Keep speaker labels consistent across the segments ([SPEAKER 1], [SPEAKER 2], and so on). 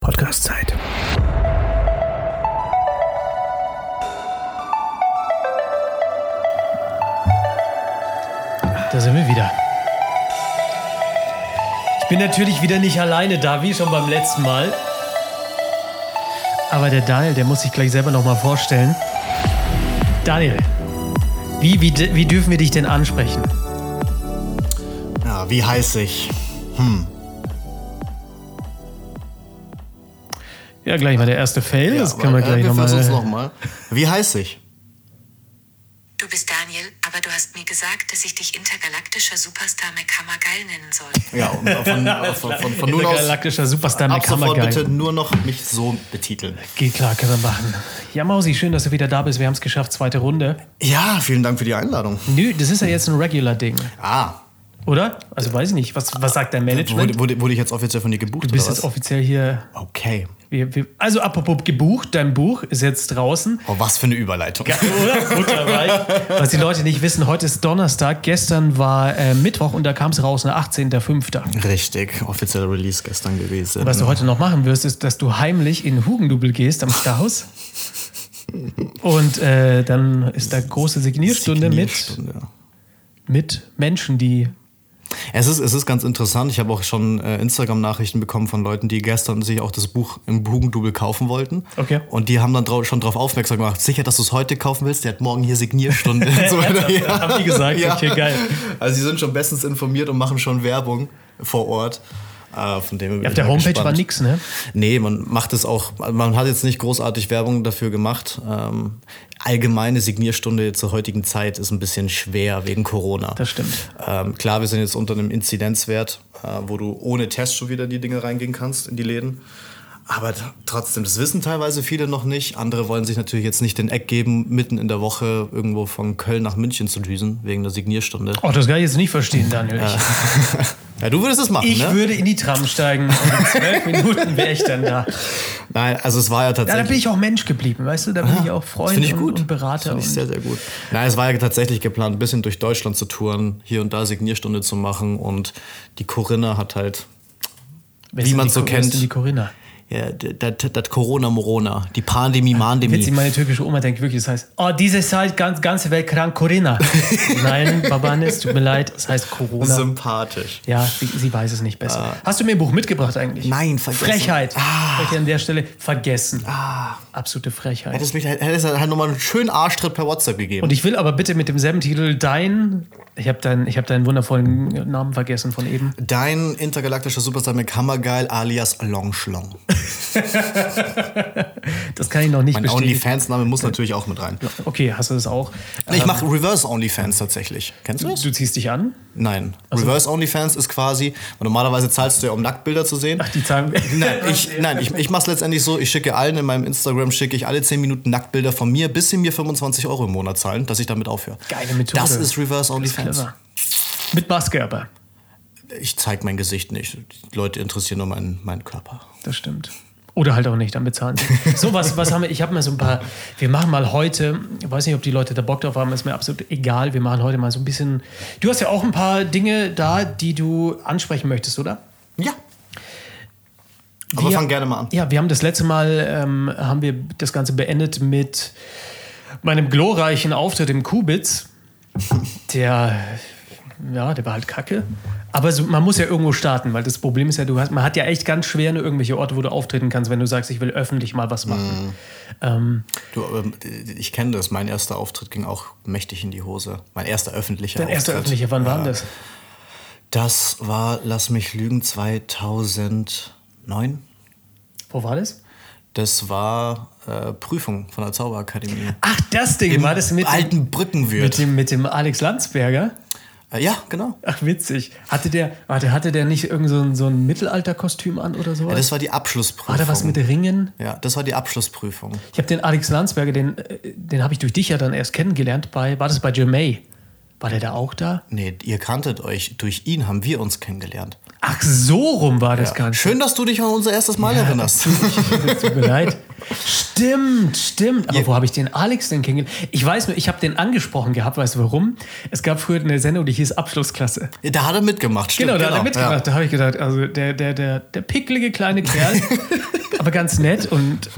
[SPEAKER 1] Auszeit.
[SPEAKER 2] Da sind wir wieder. Ich bin natürlich wieder nicht alleine da, wie schon beim letzten Mal. Aber der Daniel, der muss sich gleich selber nochmal vorstellen. Daniel, wie, wie, d- wie dürfen wir dich denn ansprechen?
[SPEAKER 3] Ja, wie heiß ich?
[SPEAKER 2] Ja, gleich mal der erste Fail, das können wir
[SPEAKER 3] aber,
[SPEAKER 2] gleich
[SPEAKER 3] äh, wir
[SPEAKER 2] nochmal.
[SPEAKER 3] versuchen's noch mal. Wie heiß ich?
[SPEAKER 4] Du bist Daniel, aber du hast mir gesagt, dass ich dich intergalaktischer Superstar McHammer geil nennen soll.
[SPEAKER 3] Ja, und von, von, von, von nun aus
[SPEAKER 2] Galaktischer Superstar
[SPEAKER 3] ab sofort
[SPEAKER 2] McHammergeil.
[SPEAKER 3] bitte nur noch mich so betiteln.
[SPEAKER 2] Geht klar, können wir machen. Ja, Mausi, schön, dass du wieder da bist. Wir haben es geschafft, zweite Runde.
[SPEAKER 3] Ja, vielen Dank für die Einladung.
[SPEAKER 2] Nö, das ist ja jetzt ein Regular-Ding,
[SPEAKER 3] Ah,
[SPEAKER 2] oder? Also weiß ich nicht. Was, was sagt dein Management?
[SPEAKER 3] wurde, wurde, wurde ich jetzt offiziell von dir gebucht?
[SPEAKER 2] Du bist
[SPEAKER 3] oder
[SPEAKER 2] jetzt offiziell hier.
[SPEAKER 3] was? Okay.
[SPEAKER 2] Wir, wir, also apropos gebucht, dein Buch ist jetzt draußen.
[SPEAKER 3] Oh, was für eine Überleitung.
[SPEAKER 2] Oder? Butterweich. Was die Leute nicht wissen, heute ist Donnerstag, gestern war äh, Mittwoch und da kam es raus, ne 18.05.
[SPEAKER 3] Richtig, offizieller Release gestern gewesen.
[SPEAKER 2] Was du heute noch machen wirst, ist, dass du heimlich in Hugendubel gehst am Stahaus. Und äh, dann ist da große Signierstunde,
[SPEAKER 3] Signierstunde, ja.
[SPEAKER 2] mit, mit Menschen, die.
[SPEAKER 3] Es ist, es ist ganz interessant. Ich habe auch schon äh, Instagram-Nachrichten bekommen von Leuten, die gestern sich auch das Buch im Bugendubel kaufen wollten.
[SPEAKER 2] Okay.
[SPEAKER 3] Und die haben dann drau schon darauf aufmerksam gemacht. Sicher, dass du es heute kaufen willst? Der hat morgen hier Signierstunde. und so weiter. Ja.
[SPEAKER 2] Haben die gesagt? Okay, geil.
[SPEAKER 3] Also sie sind schon bestens informiert und machen schon Werbung vor Ort. Äh, von dem bin
[SPEAKER 2] Auf
[SPEAKER 3] ich
[SPEAKER 2] der
[SPEAKER 3] mal
[SPEAKER 2] Homepage
[SPEAKER 3] gespannt.
[SPEAKER 2] war nix, ne?
[SPEAKER 3] Nee, man macht es auch, man hat jetzt nicht großartig Werbung dafür gemacht. Ähm, allgemeine Signierstunde zur heutigen Zeit ist ein bisschen schwer wegen Corona.
[SPEAKER 2] Das stimmt.
[SPEAKER 3] Ähm, klar, wir sind jetzt unter einem Inzidenzwert, äh, wo du ohne Test schon wieder in die Dinge reingehen kannst, in die Läden. Aber t- trotzdem, das wissen teilweise viele noch nicht. Andere wollen sich natürlich jetzt nicht den Eck geben, mitten in der Woche irgendwo von Köln nach München zu düsen, wegen der Signierstunde.
[SPEAKER 2] Oh, das kann ich jetzt nicht verstehen, Daniel. Ich,
[SPEAKER 3] Ja, du würdest es machen,
[SPEAKER 2] ich
[SPEAKER 3] ne?
[SPEAKER 2] würde in die Tram steigen und in zwölf Minuten wäre ich dann da.
[SPEAKER 3] Nein, also es war ja
[SPEAKER 2] Ja, da
[SPEAKER 3] tatsächlich...
[SPEAKER 2] bin ich auch Mensch geblieben, weißt du? Da bin ich auch
[SPEAKER 3] Ah, Das
[SPEAKER 2] Freund
[SPEAKER 3] Finde ich gut.
[SPEAKER 2] Und, und Berater.
[SPEAKER 3] Finde
[SPEAKER 2] Und
[SPEAKER 3] ich sehr, sehr gut. Nein, es war ja tatsächlich geplant, ein bisschen durch Deutschland zu touren, hier und da Signierstunde zu machen. Und die Corinna hat halt,
[SPEAKER 2] wer
[SPEAKER 3] wie
[SPEAKER 2] ist denn
[SPEAKER 3] man
[SPEAKER 2] die-
[SPEAKER 3] so
[SPEAKER 2] wer ist
[SPEAKER 3] kennt.
[SPEAKER 2] denn Die Corinna.
[SPEAKER 3] ja, das Corona-Morona, die Pandemie-Mandemie.
[SPEAKER 2] Witzig, meine türkische Oma denkt wirklich, das heißt, oh, diese Zeit, ganz, ganze Welt krank, Corinna. Nein, Babanis, tut mir leid, es heißt
[SPEAKER 3] Also-
[SPEAKER 2] Corona.
[SPEAKER 3] Sympathisch.
[SPEAKER 2] Ja, sie, sie weiß es nicht besser. Hast du mir ein Buch mitgebracht eigentlich?
[SPEAKER 3] Ah. Nein, vergessen. Ah.
[SPEAKER 2] Frechheit. Frechheit an der Stelle vergessen. Absolute Frechheit.
[SPEAKER 3] Hättest, mich, hättest halt nochmal einen schönen Arschtritt per WhatsApp gegeben.
[SPEAKER 2] Und ich will aber bitte mit demselben Titel dein, ich habe dein, ich hab deinen wundervollen Namen vergessen von eben.
[SPEAKER 3] Dein intergalaktischer Superstar mit Hammergeil alias Longschlong.
[SPEAKER 2] Das kann ich noch nicht
[SPEAKER 3] Mein
[SPEAKER 2] bestätigen.
[SPEAKER 3] Onlyfans-Name muss natürlich auch mit rein.
[SPEAKER 2] Okay, hast du das auch? Ähm,
[SPEAKER 3] Ich mache Reverse Onlyfans tatsächlich. Kennst du das?
[SPEAKER 2] Du ziehst dich an?
[SPEAKER 3] Nein. Reverse Onlyfans ist quasi, weil normalerweise zahlst du ja, um Nacktbilder zu sehen.
[SPEAKER 2] Ach, die zahlen.
[SPEAKER 3] Nein, ich, nein, ich, ich mache es letztendlich so, ich schicke allen in meinem Instagram, schicke ich alle 10 Minuten Nacktbilder von mir, bis sie mir 25 Euro im Monat zahlen, dass ich damit aufhöre.
[SPEAKER 2] Geile Methode.
[SPEAKER 3] Das ist Reverse Onlyfans.
[SPEAKER 2] Clever. Mit Maske aber.
[SPEAKER 3] Ich zeige mein Gesicht nicht. Die Leute interessieren nur meinen, meinen Körper.
[SPEAKER 2] Das stimmt. Oder halt auch nicht, dann bezahlen sie. So, was, was haben wir? Ich habe mal so ein paar. Wir machen mal heute, ich weiß nicht, ob die Leute da Bock drauf haben, ist mir absolut egal. Wir machen heute mal so ein bisschen. Du hast ja auch ein paar Dinge da, die du ansprechen möchtest, oder?
[SPEAKER 3] Ja. Aber
[SPEAKER 2] wir,
[SPEAKER 3] fang gerne mal an.
[SPEAKER 2] Ja, wir haben das letzte Mal, ähm, haben wir das Ganze beendet mit meinem glorreichen Auftritt im Kubitz. Der, ja, der war halt kacke. Aber so, man muss ja irgendwo starten, weil das Problem ist ja, du hast, man hat ja echt ganz schwer nur irgendwelche Orte, wo du auftreten kannst, wenn du sagst, ich will öffentlich mal was machen.
[SPEAKER 3] Mhm. Du, ähm, ich kenne das. Mein erster Auftritt ging auch mächtig in die Hose. Mein erster öffentlicher
[SPEAKER 2] Dein
[SPEAKER 3] Auftritt.
[SPEAKER 2] erster öffentlicher, wann war denn
[SPEAKER 3] Ja.
[SPEAKER 2] das?
[SPEAKER 3] Das war, lass mich lügen, 2009.
[SPEAKER 2] Wo war das?
[SPEAKER 3] Das war äh, Prüfung von der Zauberakademie.
[SPEAKER 2] Ach, das Ding, war das mit, dem-
[SPEAKER 3] Alten Brückenwirt.
[SPEAKER 2] mit, dem, mit dem Alex Landsberger?
[SPEAKER 3] Äh, Ja, genau.
[SPEAKER 2] Ach, witzig. Hatte der, warte, hatte der nicht irgend so ein, so ein Mittelalterkostüm an oder sowas?
[SPEAKER 3] Ja, das war die Abschlussprüfung.
[SPEAKER 2] war da was mit Ringen?
[SPEAKER 3] Ja, das war die Abschlussprüfung.
[SPEAKER 2] Ich habe den Alex Landsberger, den, äh, den habe ich durch dich ja dann erst kennengelernt. Bei, war das bei Jermay? War der da auch da?
[SPEAKER 3] Nee, ihr kanntet euch. Durch ihn haben wir uns kennengelernt.
[SPEAKER 2] Ach, so rum war das Ganze.
[SPEAKER 3] Schön, dass du dich an unser erstes Mal erinnerst.
[SPEAKER 2] Tut mir leid. Stimmt, stimmt. Aber wo habe ich den Alex denn kennengelernt? Ich weiß nur, ich habe den angesprochen gehabt, weißt du warum? Es gab früher eine Sendung, die hieß Abschlussklasse.
[SPEAKER 3] Da hat er mitgemacht, stimmt.
[SPEAKER 2] Genau, da hat er mitgemacht.
[SPEAKER 3] Ja.
[SPEAKER 2] Da habe ich gedacht, also der, der, der, der picklige kleine Kerl, aber ganz nett und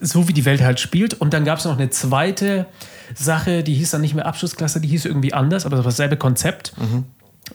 [SPEAKER 2] so wie die Welt halt spielt. Und dann gab es noch eine zweite Sache, die hieß dann nicht mehr Abschlussklasse, die hieß irgendwie anders, aber das war dasselbe Konzept.
[SPEAKER 3] Mhm.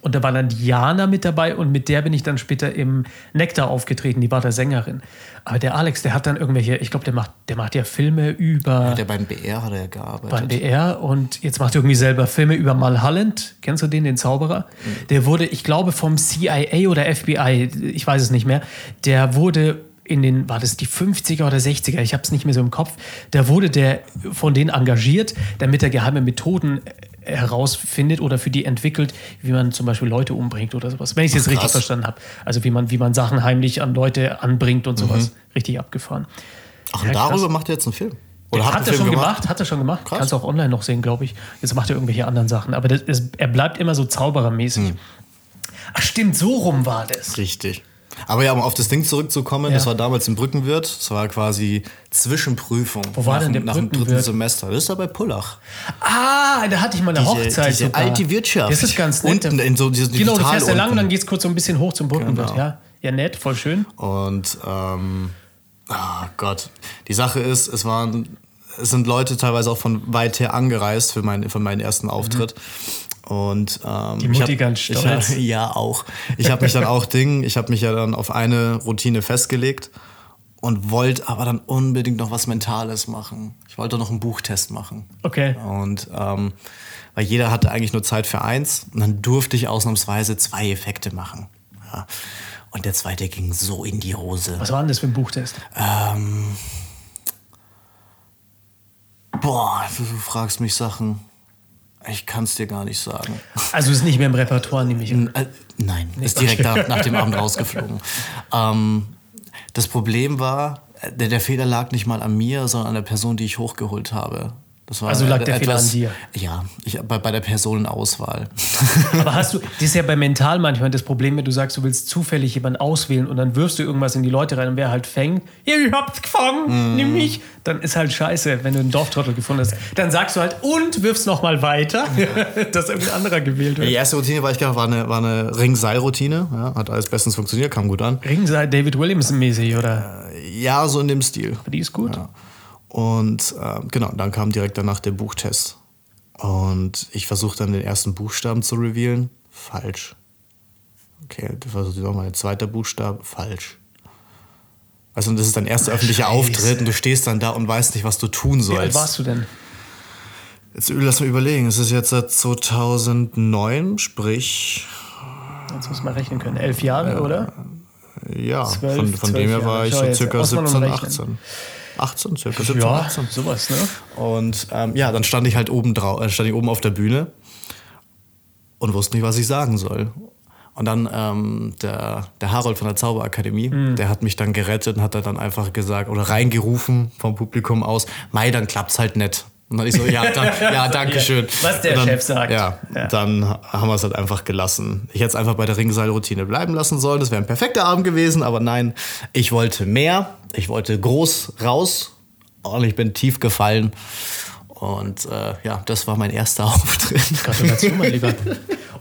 [SPEAKER 2] Und da war dann Diana mit dabei und mit der bin ich dann später im Nektar aufgetreten, die war da Sängerin. Aber der Alex, der hat dann irgendwelche, ich glaube, der macht, der macht ja Filme über
[SPEAKER 3] Der beim BR hat er ja gearbeitet.
[SPEAKER 2] beim BR E und jetzt macht er irgendwie selber Filme über Mulholland. Kennst du den, den Zauberer?
[SPEAKER 3] Mhm.
[SPEAKER 2] Der wurde, ich glaube, vom CIA oder FBI, ich weiß es nicht mehr, der wurde in den, war das die 50er oder 60er, ich habe es nicht mehr so im Kopf, da wurde der von denen engagiert, damit er geheime Methoden äh, herausfindet oder für die entwickelt, wie man zum Beispiel Leute umbringt oder sowas, wenn ich es jetzt richtig
[SPEAKER 3] krass.
[SPEAKER 2] verstanden habe. Also wie man, wie man Sachen heimlich an Leute anbringt und sowas. Richtig abgefahren.
[SPEAKER 3] Mhm. Ach, und
[SPEAKER 2] Ja, krass.
[SPEAKER 3] darüber macht er jetzt einen Film.
[SPEAKER 2] Oder hat,
[SPEAKER 3] einen
[SPEAKER 2] er
[SPEAKER 3] Film
[SPEAKER 2] schon gemacht? Hat er schon gemacht.
[SPEAKER 3] Krass.
[SPEAKER 2] Kannst du auch online noch sehen, glaube ich. Jetzt macht er irgendwelche anderen Sachen. Aber das ist, er bleibt immer so zauberermäßig.
[SPEAKER 3] Hm.
[SPEAKER 2] Ach stimmt, so rum war das.
[SPEAKER 3] Richtig. Aber ja, um auf das Ding zurückzukommen,
[SPEAKER 2] Ja.
[SPEAKER 3] das war damals im Brückenwirt. Das war quasi Zwischenprüfung.
[SPEAKER 2] Wo war
[SPEAKER 3] nach,
[SPEAKER 2] denn der
[SPEAKER 3] dem- Nach dem dritten
[SPEAKER 2] Brückenwirt?
[SPEAKER 3] Semester. Das ist da bei Pullach.
[SPEAKER 2] Ah, da hatte ich mal eine
[SPEAKER 3] Diese-
[SPEAKER 2] Hochzeit
[SPEAKER 3] diese
[SPEAKER 2] sogar.
[SPEAKER 3] alte Wirtschaft.
[SPEAKER 2] Das ist ganz nett.
[SPEAKER 3] Unten in so diesem
[SPEAKER 2] genau, du
[SPEAKER 3] Tal
[SPEAKER 2] fährst da lang,
[SPEAKER 3] unten.
[SPEAKER 2] dann geht's kurz so ein bisschen hoch zum Brückenwirt.
[SPEAKER 3] Genau.
[SPEAKER 2] Ja. ja, nett, voll schön.
[SPEAKER 3] Und ähm, ah Gott. Die Sache ist, es waren, es sind Leute teilweise auch von weit her angereist für meinen, für meinen ersten Auftritt. Und ähm,
[SPEAKER 2] Die Mutti
[SPEAKER 3] ich hab-
[SPEAKER 2] ganz
[SPEAKER 3] ich
[SPEAKER 2] stolz.
[SPEAKER 3] hab- ja, auch. Ich habe mich dann auch Ding, ich habe mich ja dann auf eine Routine festgelegt und wollte aber dann unbedingt noch was Mentales machen. Ich wollte noch einen Buchtest machen.
[SPEAKER 2] Okay.
[SPEAKER 3] Und ähm, weil jeder hatte eigentlich nur Zeit für eins und dann durfte ich ausnahmsweise zwei Effekte machen. Ja. Und der zweite ging so in die Hose.
[SPEAKER 2] Was war denn das für ein Buchtest?
[SPEAKER 3] Ähm, boah, du, du fragst mich Sachen. Ich kann es dir gar nicht sagen.
[SPEAKER 2] Also ist nicht mehr im Repertoire, nehme ich an.
[SPEAKER 3] Äh, nein, ist direkt nach, nach dem Abend rausgeflogen. Ähm, das Problem war, äh, der, der Fehler lag nicht mal an mir, sondern an der Person, die ich hochgeholt habe. Das war
[SPEAKER 2] Also lag der
[SPEAKER 3] äh,
[SPEAKER 2] Fehler an dir?
[SPEAKER 3] Ja, ich, bei, bei der Personenauswahl.
[SPEAKER 2] Aber hast du, das ist ja bei mental manchmal das Problem, wenn du sagst, du willst zufällig jemanden auswählen und dann wirfst du irgendwas in die Leute rein und wer halt fängt, ja, ich hab's gefangen,
[SPEAKER 3] Mhm.
[SPEAKER 2] nimm mich, dann ist halt scheiße, wenn du einen Dorftrottel gefunden hast. Dann sagst du halt und wirfst nochmal weiter, dass irgendein anderer gewählt wird.
[SPEAKER 3] Die erste Routine war ich gerade, war eine, war eine Ringseilroutine. Ja, hat alles bestens funktioniert, kam gut an.
[SPEAKER 2] Ringside David Williamson mäßig, oder?
[SPEAKER 3] Ja, so in dem Stil.
[SPEAKER 2] Die ist gut.
[SPEAKER 3] Ja. Und ähm, genau, dann kam direkt danach der Buchtest. Und ich versuchte dann den ersten Buchstaben zu revealen. Falsch. Okay, das war nochmal der zweite Buchstabe. Falsch. Also das ist dein erster
[SPEAKER 2] Ah,
[SPEAKER 3] öffentlicher Auftritt und du stehst dann da und weißt nicht, was du
[SPEAKER 2] Wie
[SPEAKER 3] tun
[SPEAKER 2] alt
[SPEAKER 3] sollst.
[SPEAKER 2] warst du denn?
[SPEAKER 3] Jetzt lass mal überlegen, es ist jetzt seit 2009, sprich,
[SPEAKER 2] Jetzt muss man rechnen können. Elf Jahre, oder?
[SPEAKER 3] ja,
[SPEAKER 2] Zwölf,
[SPEAKER 3] von, von
[SPEAKER 2] zwölf
[SPEAKER 3] dem her
[SPEAKER 2] Jahre.
[SPEAKER 3] war ich
[SPEAKER 2] Schau
[SPEAKER 3] so
[SPEAKER 2] jetzt,
[SPEAKER 3] circa
[SPEAKER 2] muss man
[SPEAKER 3] 17,
[SPEAKER 2] umrechnen.
[SPEAKER 3] 18. 18, circa 17,
[SPEAKER 2] Ja,
[SPEAKER 3] 18.
[SPEAKER 2] sowas, ne?
[SPEAKER 3] Und ähm, ja, dann stand ich halt oben drau äh, stand ich oben auf der Bühne und wusste nicht, was ich sagen soll. Und dann ähm, der, der Harold von der Zauberakademie,
[SPEAKER 2] Mhm.
[SPEAKER 3] der hat mich dann gerettet und hat dann einfach gesagt oder reingerufen vom Publikum aus, Mai, dann klappt's halt nett. Und dann ich so, ja, dann, ja danke schön.
[SPEAKER 2] Was der
[SPEAKER 3] Und dann,
[SPEAKER 2] Chef sagt.
[SPEAKER 3] Ja,
[SPEAKER 2] Ja.
[SPEAKER 3] dann haben wir es halt einfach gelassen. Ich hätte es einfach bei der Ringseilroutine bleiben lassen sollen. Das wäre ein perfekter Abend gewesen, aber nein, ich wollte mehr. Ich wollte groß raus und ich bin tief gefallen. Und äh, ja, das war mein erster Auftritt.
[SPEAKER 2] Gratulation, mein Lieber.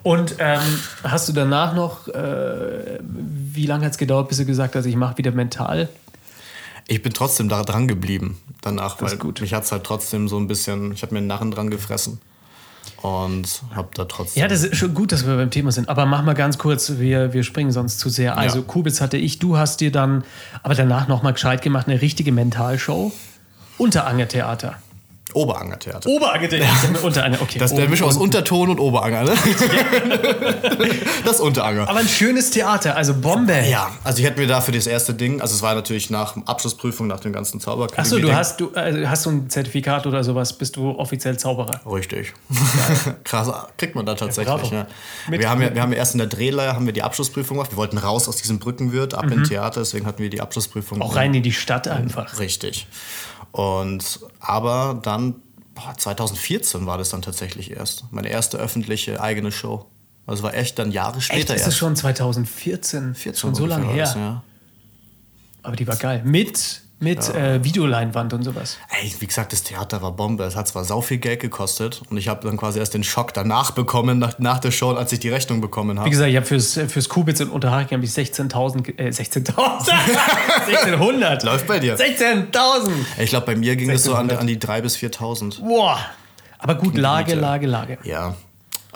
[SPEAKER 2] Und ähm, hast du danach noch, äh, wie lange hat es gedauert, bis du gesagt hast, ich mache wieder mental?
[SPEAKER 3] Ich bin trotzdem da dran geblieben danach, weil
[SPEAKER 2] ist gut.
[SPEAKER 3] mich hat es halt trotzdem so ein bisschen, ich habe mir einen Narren dran gefressen und habe da trotzdem.
[SPEAKER 2] Ja, das ist schon gut, dass wir beim Thema sind. Aber mach mal ganz kurz, wir, wir springen sonst zu sehr. Also
[SPEAKER 3] Ja.
[SPEAKER 2] Kubitz hatte ich, du hast dir dann aber danach nochmal gescheit gemacht, eine richtige Mentalshow. Unteranger Theater.
[SPEAKER 3] Oberanger Theater.
[SPEAKER 2] Oberanger Theater. Unteranger, okay.
[SPEAKER 3] das ist der
[SPEAKER 2] Oben-
[SPEAKER 3] Mischung aus Unterton und Oberanger, ne? das Unteranger.
[SPEAKER 2] aber ein schönes Theater, also Bombe.
[SPEAKER 3] Ja, also ich hätte mir dafür das erste Ding, also es war natürlich nach Abschlussprüfung, nach dem ganzen Zauberkampf.
[SPEAKER 2] Achso, du hast du also hast du ein Zertifikat oder sowas, bist du offiziell Zauberer.
[SPEAKER 3] Richtig. Krass, kriegt man da
[SPEAKER 2] bravo.
[SPEAKER 3] tatsächlich. Ja,
[SPEAKER 2] Mit-
[SPEAKER 3] wir, haben ja, wir haben ja erst in der Drehleihe haben wir die Abschlussprüfung gemacht. Wir wollten raus aus diesem Brückenwirt, ab in Theater, deswegen hatten wir die Abschlussprüfung.
[SPEAKER 2] Mhm. Auch rein in die Stadt einfach.
[SPEAKER 3] Richtig. Und aber dann, boah, 2014 war das dann tatsächlich erst. Meine erste öffentliche eigene Show. Das war echt dann Jahre
[SPEAKER 2] Echt,
[SPEAKER 3] später
[SPEAKER 2] ist es
[SPEAKER 3] erst.
[SPEAKER 2] schon 2014?
[SPEAKER 3] 14
[SPEAKER 2] schon so lange her.
[SPEAKER 3] ungefähr war das, ja.
[SPEAKER 2] Aber die war geil. Mit, mit äh, Videoleinwand und sowas.
[SPEAKER 3] Ey, wie gesagt, das Theater war Bombe. Es hat zwar sau viel Geld gekostet und ich habe dann quasi erst den Schock danach bekommen, nach, nach der Show, als ich die Rechnung bekommen
[SPEAKER 2] Wie
[SPEAKER 3] habe.
[SPEAKER 2] gesagt, ich habe fürs, fürs Kubitz in Unterhaching habe ich 16.000, ge- äh, 16.000, 1600.
[SPEAKER 3] Läuft bei dir.
[SPEAKER 2] 16.000.
[SPEAKER 3] Ich glaube, bei mir ging es so an, an die 3.000 bis 4.000.
[SPEAKER 2] Boah. Aber gut, Lage,
[SPEAKER 3] Miete.
[SPEAKER 2] Lage, Lage.
[SPEAKER 3] Ja.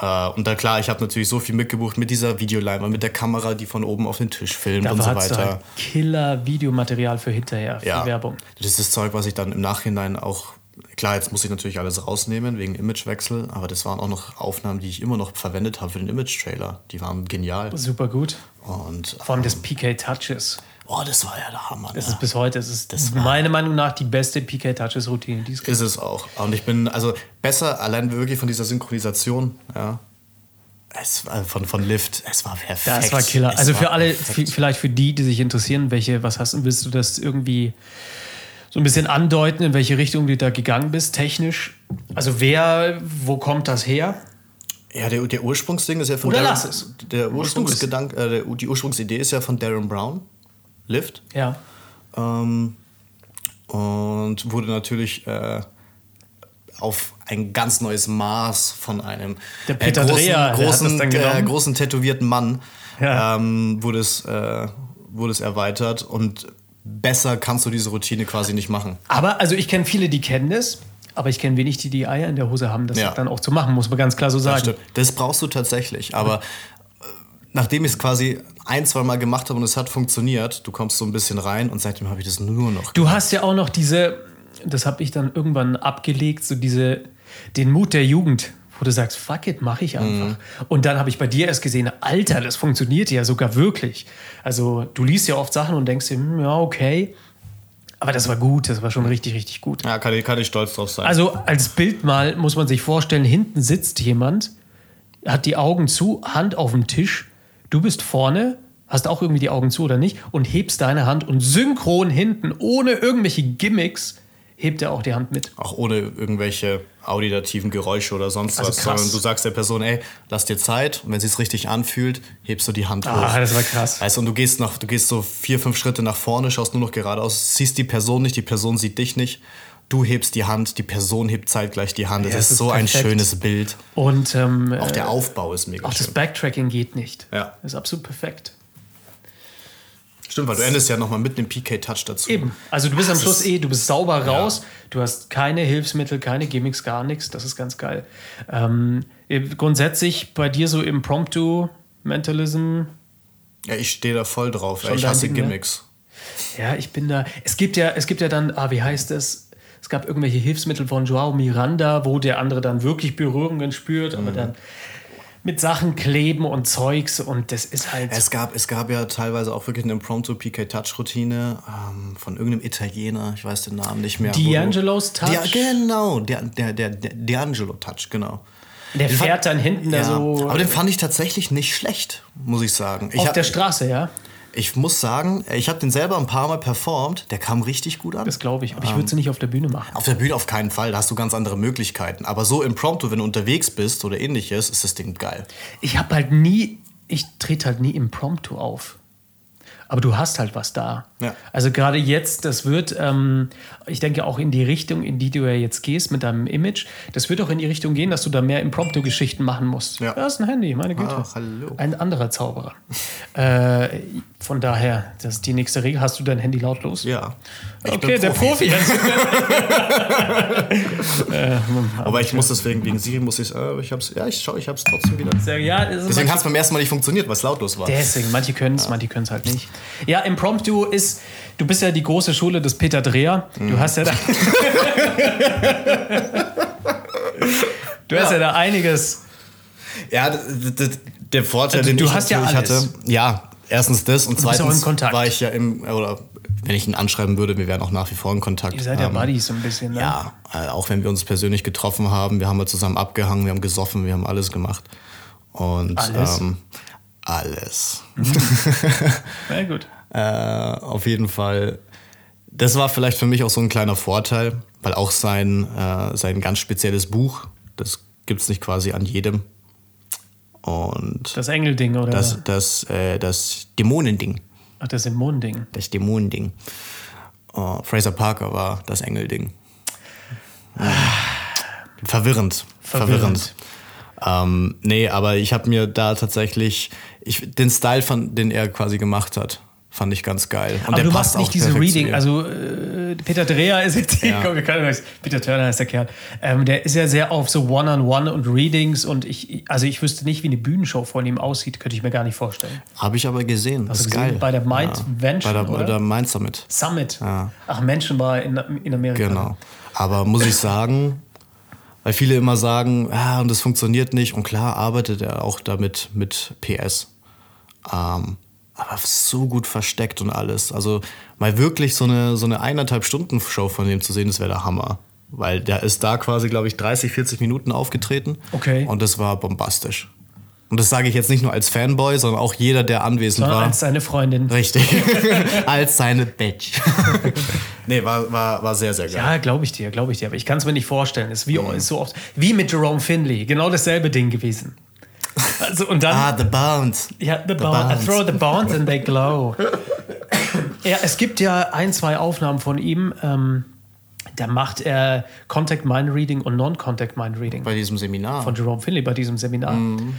[SPEAKER 3] Äh, und da klar, ich habe natürlich so viel mitgebucht mit dieser Videoleinwand, mit der Kamera, die von oben auf den Tisch filmt
[SPEAKER 2] Da
[SPEAKER 3] und so
[SPEAKER 2] war so
[SPEAKER 3] weiter.
[SPEAKER 2] halt Killer-Videomaterial für hinterher, für Werbung.
[SPEAKER 3] Das ist das Zeug, was ich dann im Nachhinein auch. Klar, jetzt muss ich natürlich alles rausnehmen wegen Imagewechsel, aber das waren auch noch Aufnahmen, die ich immer noch verwendet habe für den Image-Trailer. Die waren genial.
[SPEAKER 2] Super gut.
[SPEAKER 3] Und
[SPEAKER 2] Vor allem des PK Touches.
[SPEAKER 3] oh, das war ja der Hammer.
[SPEAKER 2] Das
[SPEAKER 3] ne?
[SPEAKER 2] ist bis heute, es ist meiner Meinung nach die beste PK Touches-Routine, die es gibt.
[SPEAKER 3] Ist es auch. Und ich bin also besser allein wirklich von dieser Synchronisation, ja. Es war von, von Lift, es war perfekt.
[SPEAKER 2] Das war Killer.
[SPEAKER 3] Es
[SPEAKER 2] Also für
[SPEAKER 3] war
[SPEAKER 2] alle, vi-
[SPEAKER 3] perfekt.
[SPEAKER 2] vielleicht für die, die sich interessieren, welche, was hast du, willst du das irgendwie so ein bisschen andeuten, in welche Richtung du da gegangen bist, technisch? Also wer, wo kommt das her?
[SPEAKER 3] Ja, der, der Ursprungsding ist ja von
[SPEAKER 2] Oder
[SPEAKER 3] Darren,
[SPEAKER 2] lass es.
[SPEAKER 3] Der
[SPEAKER 2] Ursprung ist-
[SPEAKER 3] Ursprungsgedanke, äh, der- die Ursprungsidee ist ja von Darren Brown, Lift.
[SPEAKER 2] Ja.
[SPEAKER 3] Ähm, und wurde natürlich äh, auf ein ganz neues Maß von einem äh,
[SPEAKER 2] Der Peter
[SPEAKER 3] großen,
[SPEAKER 2] Dreher, der hat das
[SPEAKER 3] großen,
[SPEAKER 2] dann genommen.
[SPEAKER 3] äh, großen tätowierten Mann
[SPEAKER 2] Ja.
[SPEAKER 3] ähm, wurde, es, äh, wurde es erweitert und besser kannst du diese Routine quasi nicht machen.
[SPEAKER 2] Aber, also ich kenne viele, die kennen das, aber ich kenne wenig, die die Eier in der Hose haben, das
[SPEAKER 3] Ja.
[SPEAKER 2] dann auch zu machen, muss man ganz klar so sagen.
[SPEAKER 3] Stimmt. Das brauchst du tatsächlich, aber äh, nachdem ich es quasi ein, zwei Mal gemacht habe und es hat funktioniert, du kommst so ein bisschen rein und seitdem habe ich das nur noch.
[SPEAKER 2] Du hast ja auch noch diese, das habe ich dann irgendwann abgelegt, so diese, den Mut der Jugend, wo du sagst, fuck it, mache ich einfach. Und dann habe ich bei dir erst gesehen, Alter, das funktioniert ja sogar wirklich. Also du liest ja oft Sachen und denkst dir, hm, ja, okay. Aber das war gut, das war schon richtig, richtig gut.
[SPEAKER 3] Ja, kann ich, kann ich stolz drauf sein.
[SPEAKER 2] Also als Bild mal muss man sich vorstellen, hinten sitzt jemand, hat die Augen zu, Hand auf dem Tisch, du bist vorne, hast auch irgendwie die Augen zu oder nicht und hebst deine Hand und synchron hinten, ohne irgendwelche Gimmicks, hebt er auch die Hand mit.
[SPEAKER 3] auch ohne irgendwelche auditativen Geräusche oder sonst
[SPEAKER 2] Also
[SPEAKER 3] was,
[SPEAKER 2] krass.
[SPEAKER 3] sondern du sagst der Person, ey, lass dir Zeit und wenn sie es richtig anfühlt, hebst du die Hand
[SPEAKER 2] Ah,
[SPEAKER 3] hoch.
[SPEAKER 2] das war krass.
[SPEAKER 3] Weißt, du, und du gehst, nach, du gehst so vier, fünf Schritte nach vorne, schaust nur noch geradeaus, siehst die Person nicht, die Person sieht dich nicht. Du hebst die Hand, die Person hebt zeitgleich die Hand. Das
[SPEAKER 2] Ja, es
[SPEAKER 3] ist,
[SPEAKER 2] ist
[SPEAKER 3] so ein
[SPEAKER 2] perfekt.
[SPEAKER 3] schönes Bild.
[SPEAKER 2] Und ähm,
[SPEAKER 3] Auch
[SPEAKER 2] äh,
[SPEAKER 3] der Aufbau ist mega
[SPEAKER 2] auch das
[SPEAKER 3] schön.
[SPEAKER 2] Backtracking geht nicht.
[SPEAKER 3] Ja.
[SPEAKER 2] Ist absolut perfekt.
[SPEAKER 3] Stimmt, weil du endest ja nochmal mit einem PK-Touch dazu.
[SPEAKER 2] Eben. Also du bist am
[SPEAKER 3] Ah, Das
[SPEAKER 2] Schluss
[SPEAKER 3] ist-
[SPEAKER 2] eh, du bist sauber raus, du hast keine Hilfsmittel, keine Gimmicks, gar nichts. Das ist ganz geil. Ähm, eh, grundsätzlich bei dir so Impromptu, Mentalism,
[SPEAKER 3] Ja, ich stehe da voll drauf. ey. ich
[SPEAKER 2] dein
[SPEAKER 3] hasse
[SPEAKER 2] Ding, ne?
[SPEAKER 3] Gimmicks.
[SPEAKER 2] ja, ich bin da. Es gibt ja, es gibt ja dann, ah, wie heißt es? Es gab irgendwelche Hilfsmittel von Joao Miranda, wo der andere dann wirklich Berührungen spürt,
[SPEAKER 3] Mhm.
[SPEAKER 2] aber dann mit Sachen kleben und Zeugs und das ist halt.
[SPEAKER 3] Es gab, es gab ja teilweise auch wirklich eine Impromptu PK-Touch-Routine ähm, von irgendeinem Italiener, ich weiß den Namen nicht mehr. wo du-
[SPEAKER 2] D'Angelo's Touch?
[SPEAKER 3] Ja, genau, der, der, der, der D'Angelo Touch, genau.
[SPEAKER 2] der
[SPEAKER 3] Den fand-
[SPEAKER 2] fährt dann hinten da
[SPEAKER 3] Ja,
[SPEAKER 2] so
[SPEAKER 3] aber den fand ich tatsächlich nicht schlecht, muss ich sagen. Ich,
[SPEAKER 2] Also, auf
[SPEAKER 3] hab,
[SPEAKER 2] der Straße, ja.
[SPEAKER 3] ich muss sagen, ich habe den selber ein paar Mal performt, der kam richtig gut an.
[SPEAKER 2] Das glaube ich. Aber
[SPEAKER 3] Ah.
[SPEAKER 2] ich würde es nicht auf der Bühne machen.
[SPEAKER 3] Auf der Bühne auf keinen Fall, da hast du ganz andere Möglichkeiten. Aber so impromptu, wenn du unterwegs bist oder ähnliches, ist das Ding geil.
[SPEAKER 2] Ich habe halt nie, ich trete halt nie impromptu auf. Aber du hast halt was da.
[SPEAKER 3] Ja.
[SPEAKER 2] Also gerade jetzt, das wird, ähm, ich denke auch in die Richtung, in die du ja jetzt gehst mit deinem Image, das wird auch in die Richtung gehen, dass du da mehr Impromptu-Geschichten machen musst.
[SPEAKER 3] Ja.
[SPEAKER 2] Das ist ein Handy, meine Güte.
[SPEAKER 3] Ach, hallo.
[SPEAKER 2] Ein anderer Zauberer. äh, von daher, das ist die nächste Regel. Hast du dein Handy lautlos?
[SPEAKER 3] Ja. Ich
[SPEAKER 2] Okay,
[SPEAKER 3] bin
[SPEAKER 2] der Profi. hat-
[SPEAKER 3] Aber ich muss deswegen wegen Siri muss ich äh, ich hab's ja, ich schau, ich hab's trotzdem wieder.
[SPEAKER 2] ja, es ist
[SPEAKER 3] Deswegen hat's beim ersten Mal nicht funktioniert, weil es lautlos war.
[SPEAKER 2] Deswegen, manche können es, manche können es halt nicht. Ja, Impromptu ist, du bist ja die große Schule des Peter Dreher.
[SPEAKER 3] Mhm.
[SPEAKER 2] Du hast ja da. du hast ja da einiges.
[SPEAKER 3] Ja, d- d- d- der Vorteil,
[SPEAKER 2] Also,
[SPEAKER 3] den
[SPEAKER 2] du
[SPEAKER 3] ich
[SPEAKER 2] hast ja
[SPEAKER 3] natürlich
[SPEAKER 2] alles.
[SPEAKER 3] hatte. Ja, erstens das und
[SPEAKER 2] bist ja auch
[SPEAKER 3] zweitens
[SPEAKER 2] in Kontakt.
[SPEAKER 3] war ich ja im oder wenn ich ihn anschreiben würde, wir wären auch nach wie vor in Kontakt.
[SPEAKER 2] Ihr seid ja
[SPEAKER 3] Ähm,
[SPEAKER 2] Buddies so ein bisschen, ne?
[SPEAKER 3] Ja, äh, auch wenn wir uns persönlich getroffen haben, wir haben mal zusammen abgehangen, wir haben gesoffen, wir haben alles gemacht. Und
[SPEAKER 2] Alles?
[SPEAKER 3] Ähm, alles.
[SPEAKER 2] Na gut.
[SPEAKER 3] Äh, auf jeden Fall. Das war vielleicht für mich auch so ein kleiner Vorteil, weil auch sein, äh, sein ganz spezielles Buch, das gibt es nicht quasi an jedem. Und
[SPEAKER 2] Das Engelding oder
[SPEAKER 3] das, das, äh, das Dämonending.
[SPEAKER 2] Ach, das Dämonending.
[SPEAKER 3] Das Dämonending. Oh, Fraser Parker war das Engelding. Ah, Verwirrend. Verwirrend.
[SPEAKER 2] Verwirrend.
[SPEAKER 3] Ähm, nee, aber ich habe mir da tatsächlich ich, den Style, von, den er quasi gemacht hat, fand ich ganz geil. Und
[SPEAKER 2] Aber
[SPEAKER 3] der
[SPEAKER 2] du
[SPEAKER 3] passt
[SPEAKER 2] machst nicht
[SPEAKER 3] auch
[SPEAKER 2] diese
[SPEAKER 3] perfekt zu
[SPEAKER 2] Reading,
[SPEAKER 3] ihr.
[SPEAKER 2] also äh, Peter Dreher ist jetzt,
[SPEAKER 3] Ja.
[SPEAKER 2] komm, wir können nicht- Peter Turner heißt der Kerl, ähm, der ist ja sehr auf so One-on-One und Readings und ich, also ich wüsste nicht, wie eine Bühnenshow von ihm aussieht, könnte ich mir gar nicht vorstellen.
[SPEAKER 3] Habe ich aber gesehen. Das
[SPEAKER 2] du
[SPEAKER 3] ist
[SPEAKER 2] Also gesehen?
[SPEAKER 3] geil.
[SPEAKER 2] Bei der Mind Venture,
[SPEAKER 3] Bei der, bei
[SPEAKER 2] oder?
[SPEAKER 3] der Mind Summit.
[SPEAKER 2] Summit.
[SPEAKER 3] Ja.
[SPEAKER 2] Ach, Menschen war in, in Amerika.
[SPEAKER 3] Ah. Genau. Aber muss ich sagen, weil viele immer sagen, ah, und das funktioniert nicht. Und klar arbeitet er auch damit mit PS. Ähm, aber so gut versteckt und alles. Also mal wirklich so eine, so eine eineinhalb Stunden Show von dem zu sehen, das wäre der Hammer. Weil der ist da quasi, glaube ich, 30, 40 Minuten aufgetreten.
[SPEAKER 2] Okay.
[SPEAKER 3] Und das war bombastisch. Und das sage ich jetzt nicht nur als Fanboy, sondern auch jeder, der anwesend
[SPEAKER 2] Sondern
[SPEAKER 3] war.
[SPEAKER 2] als seine Freundin.
[SPEAKER 3] Richtig. Als seine Bitch. nee, war, war, war sehr, sehr geil.
[SPEAKER 2] Ja, glaube ich dir, glaube ich dir. Aber ich kann es mir nicht vorstellen. Ist
[SPEAKER 3] Mhm.
[SPEAKER 2] wie, ist so oft, wie mit Jerome Finley. Genau dasselbe Ding gewesen. Also, und dann,
[SPEAKER 3] Ah, The Bounce.
[SPEAKER 2] Ja, the, bounce. I throw the bounce and they glow. ja, es gibt ja ein, zwei Aufnahmen von ihm. Ähm, da macht er Contact Mind Reading und Non-Contact Mind Reading
[SPEAKER 3] Bei diesem Seminar.
[SPEAKER 2] von Jerome Finley bei diesem Seminar. Okay,
[SPEAKER 3] Mhm.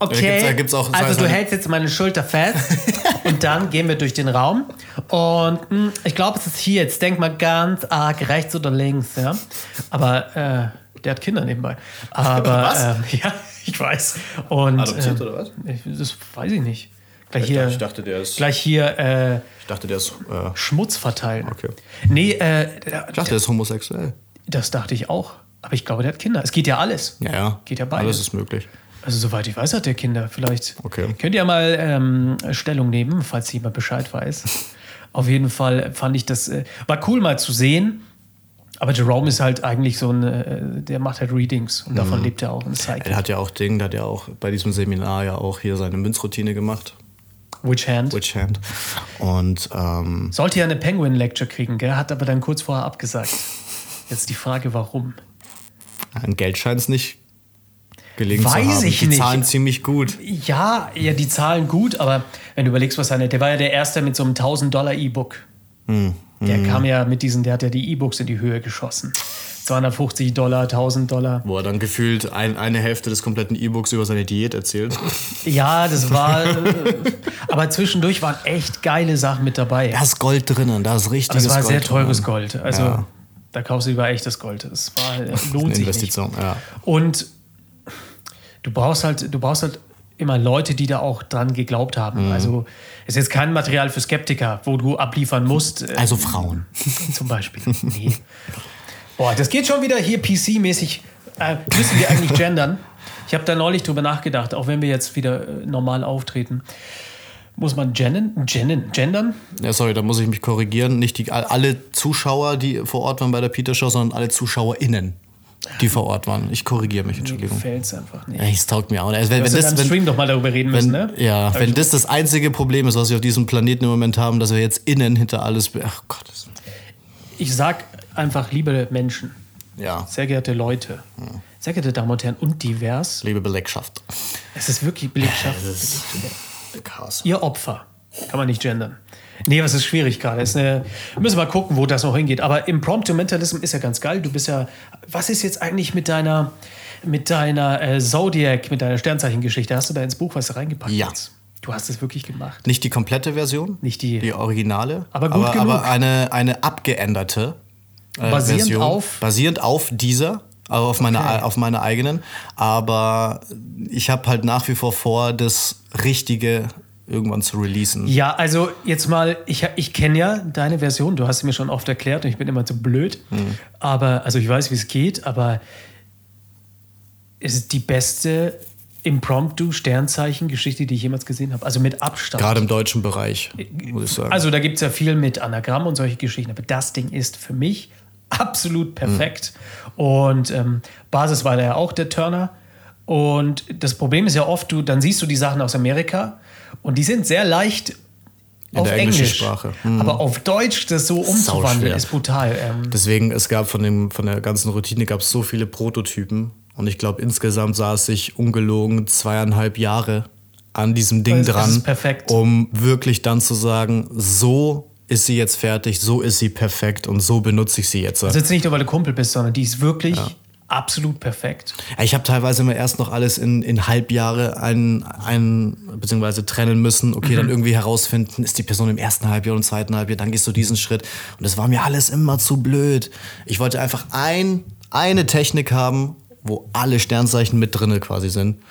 [SPEAKER 3] Ja, gibt's- da gibt's auch-
[SPEAKER 2] also
[SPEAKER 3] so-
[SPEAKER 2] du
[SPEAKER 3] so-
[SPEAKER 2] hältst jetzt meine Schulter fest und dann gehen wir durch den Raum und mh, ich glaube, es ist hier, jetzt denk mal ganz arg rechts oder links, ja. Aber äh, der hat Kinder nebenbei. Aber
[SPEAKER 3] Was?
[SPEAKER 2] ähm, ja, ich weiß. Und,
[SPEAKER 3] Adoptiert
[SPEAKER 2] ähm,
[SPEAKER 3] oder was?
[SPEAKER 2] Ich, das weiß ich nicht. Gleich
[SPEAKER 3] Ich
[SPEAKER 2] hier,
[SPEAKER 3] dachte- ich dachte, der ist-
[SPEAKER 2] gleich hier äh,
[SPEAKER 3] ich dachte, der ist, äh, ich
[SPEAKER 2] Schmutz verteilen.
[SPEAKER 3] Okay.
[SPEAKER 2] Nee, äh,
[SPEAKER 3] dachte, der ist homosexuell.
[SPEAKER 2] das dachte ich auch. Aber ich glaube, der hat Kinder. Es geht ja alles.
[SPEAKER 3] Ja, ja.
[SPEAKER 2] Geht ja beides.
[SPEAKER 3] Alles ist möglich.
[SPEAKER 2] Also soweit ich weiß, hat der Kinder vielleicht.
[SPEAKER 3] Okay.
[SPEAKER 2] Könnt ihr mal ähm, Stellung nehmen, falls jemand Bescheid weiß. Auf jeden Fall fand ich das, äh, war cool mal zu sehen. Aber Jerome ist halt eigentlich so ein, äh, der macht halt Readings und davon lebt er auch ein Cycle.
[SPEAKER 3] Er hat ja auch Ding, der hat ja auch bei diesem Seminar ja auch hier seine Münzroutine gemacht.
[SPEAKER 2] Witch Hand.
[SPEAKER 3] Witch Hand. Und ähm,
[SPEAKER 2] Sollte ja eine Penguin Lecture kriegen, gell? hat aber dann kurz vorher abgesagt. Jetzt die Frage, warum?
[SPEAKER 3] an Geld scheint es nicht gelegen zu
[SPEAKER 2] Weiß
[SPEAKER 3] haben.
[SPEAKER 2] ich
[SPEAKER 3] Die
[SPEAKER 2] nicht.
[SPEAKER 3] zahlen ziemlich gut.
[SPEAKER 2] Ja, ja, die Zahlen gut, aber wenn du überlegst, was seine, der war ja der Erste mit so einem 1000 Dollar E-Book.
[SPEAKER 3] Hm,
[SPEAKER 2] Der kam ja mit diesen, der hat ja die E-Books in die Höhe geschossen. 250 Dollar, 1000 Dollar.
[SPEAKER 3] Wo er dann gefühlt ein, eine Hälfte des kompletten E-Books über seine Diät erzählt.
[SPEAKER 2] Ja, das war. äh, aber zwischendurch waren echt geile Sachen mit dabei.
[SPEAKER 3] Da ist Gold drinnen, da ist richtiges
[SPEAKER 2] das war
[SPEAKER 3] Gold
[SPEAKER 2] sehr teures
[SPEAKER 3] drinnen.
[SPEAKER 2] Gold. Also
[SPEAKER 3] Ja.
[SPEAKER 2] da kaufst du lieber echtes Gold. Das war, äh,
[SPEAKER 3] Eine
[SPEAKER 2] lohnt sich nicht.
[SPEAKER 3] Investition, ja.
[SPEAKER 2] Und du brauchst halt, du brauchst halt immer Leute, die da auch dran geglaubt haben.
[SPEAKER 3] Mhm.
[SPEAKER 2] Also ist jetzt kein Material für Skeptiker, wo du abliefern musst, äh,
[SPEAKER 3] Also Frauen.
[SPEAKER 2] zum Beispiel. Nee. Boah, das geht schon wieder hier PC-mäßig. Äh, müssen wir eigentlich gendern? Ich habe da neulich drüber nachgedacht, auch wenn wir jetzt wieder äh, normal auftreten. Muss man gendern? Gendern? gendern?
[SPEAKER 3] Ja, sorry, da muss ich mich korrigieren. Nicht die, all- alle Zuschauer, die vor Ort waren bei der Peter Show, sondern alle ZuschauerInnen, die vor Ort waren. Ich korrigiere mich, Entschuldigung.
[SPEAKER 2] Gefällt es einfach nicht.
[SPEAKER 3] Ja, es taugt mir auch. nicht. Also, wenn, wenn
[SPEAKER 2] Hast du in
[SPEAKER 3] das,
[SPEAKER 2] deinem
[SPEAKER 3] wenn,
[SPEAKER 2] Stream doch mal darüber reden
[SPEAKER 3] wenn,
[SPEAKER 2] müssen, ne?
[SPEAKER 3] ja, wenn das das einzige Problem ist, was wir auf diesem Planeten im Moment haben, dass wir jetzt innen hinter alles. be- Ach Gott. das-
[SPEAKER 2] Ich sag einfach, liebe Menschen,
[SPEAKER 3] Ja,
[SPEAKER 2] sehr geehrte Leute, sehr geehrte Damen und Herren und divers,
[SPEAKER 3] liebe Belegschaft.
[SPEAKER 2] es ist wirklich Belegschaft.
[SPEAKER 3] ist Chaos.
[SPEAKER 2] Ihr Opfer. Kann man nicht gendern. Nee, was ist schwierig gerade. Ist eine- Müssen wir mal gucken, wo das noch hingeht. Aber Impromptu-Mentalism ist ja ganz geil. Du bist ja. Was ist jetzt eigentlich mit deiner, mit deiner äh, Zodiac, mit deiner Sternzeichengeschichte? Hast du da ins Buch was reingepackt?
[SPEAKER 3] Ja.
[SPEAKER 2] jetzt? Du hast es wirklich gemacht.
[SPEAKER 3] Nicht die komplette Version,
[SPEAKER 2] Nicht die-
[SPEAKER 3] die originale,
[SPEAKER 2] Aber gut
[SPEAKER 3] aber,
[SPEAKER 2] genug.
[SPEAKER 3] aber eine, eine abgeänderte äh,
[SPEAKER 2] Basierend
[SPEAKER 3] Version.
[SPEAKER 2] auf-
[SPEAKER 3] Basierend auf dieser, also auf, meiner, auf meiner eigenen. Aber ich habe halt nach wie vor vor, das Richtige irgendwann zu releasen.
[SPEAKER 2] Ja, also jetzt mal, ich, ich kenne ja deine Version, du hast sie mir schon oft erklärt und ich bin immer zu blöd. Aber, also ich weiß, wie es geht, aber es ist die beste Impromptu-Sternzeichen-Geschichte, die ich jemals gesehen habe. Also mit Abstand.
[SPEAKER 3] Gerade im deutschen Bereich, muss ich sagen.
[SPEAKER 2] Also da gibt es ja viel mit Anagramm und solche Geschichten, aber das Ding ist für mich absolut perfekt.
[SPEAKER 3] Hm.
[SPEAKER 2] Und ähm, Basis war da ja auch der Turner. Und das Problem ist ja oft, du, dann siehst du die Sachen aus Amerika und die sind sehr leicht auf
[SPEAKER 3] der englischen
[SPEAKER 2] Englisch.
[SPEAKER 3] Sprache. Hm.
[SPEAKER 2] Aber auf Deutsch das so umzuwandeln
[SPEAKER 3] schwer.
[SPEAKER 2] ist brutal. Ähm,
[SPEAKER 3] Deswegen, es gab von, dem, von der ganzen Routine gab es so viele Prototypen. Und ich glaube, insgesamt saß ich ungelogen zweieinhalb Jahre an diesem Ding
[SPEAKER 2] Also Es ist
[SPEAKER 3] dran,
[SPEAKER 2] perfekt.
[SPEAKER 3] um wirklich dann zu sagen, so ist sie jetzt fertig, so ist sie perfekt und so benutze ich sie jetzt.
[SPEAKER 2] Also jetzt nicht nur, weil du Kumpel bist, sondern die ist wirklich absolut perfekt.
[SPEAKER 3] Ich habe teilweise immer erst noch alles in, in Halbjahre ein, ein, beziehungsweise trennen müssen. Okay,
[SPEAKER 2] Mhm.
[SPEAKER 3] dann irgendwie herausfinden, ist die Person im ersten Halbjahr und im zweiten Halbjahr, dann gehst du diesen Schritt. Und das war mir alles immer zu blöd. Ich wollte einfach ein, eine Technik haben, wo alle Sternzeichen mit drinne quasi sind.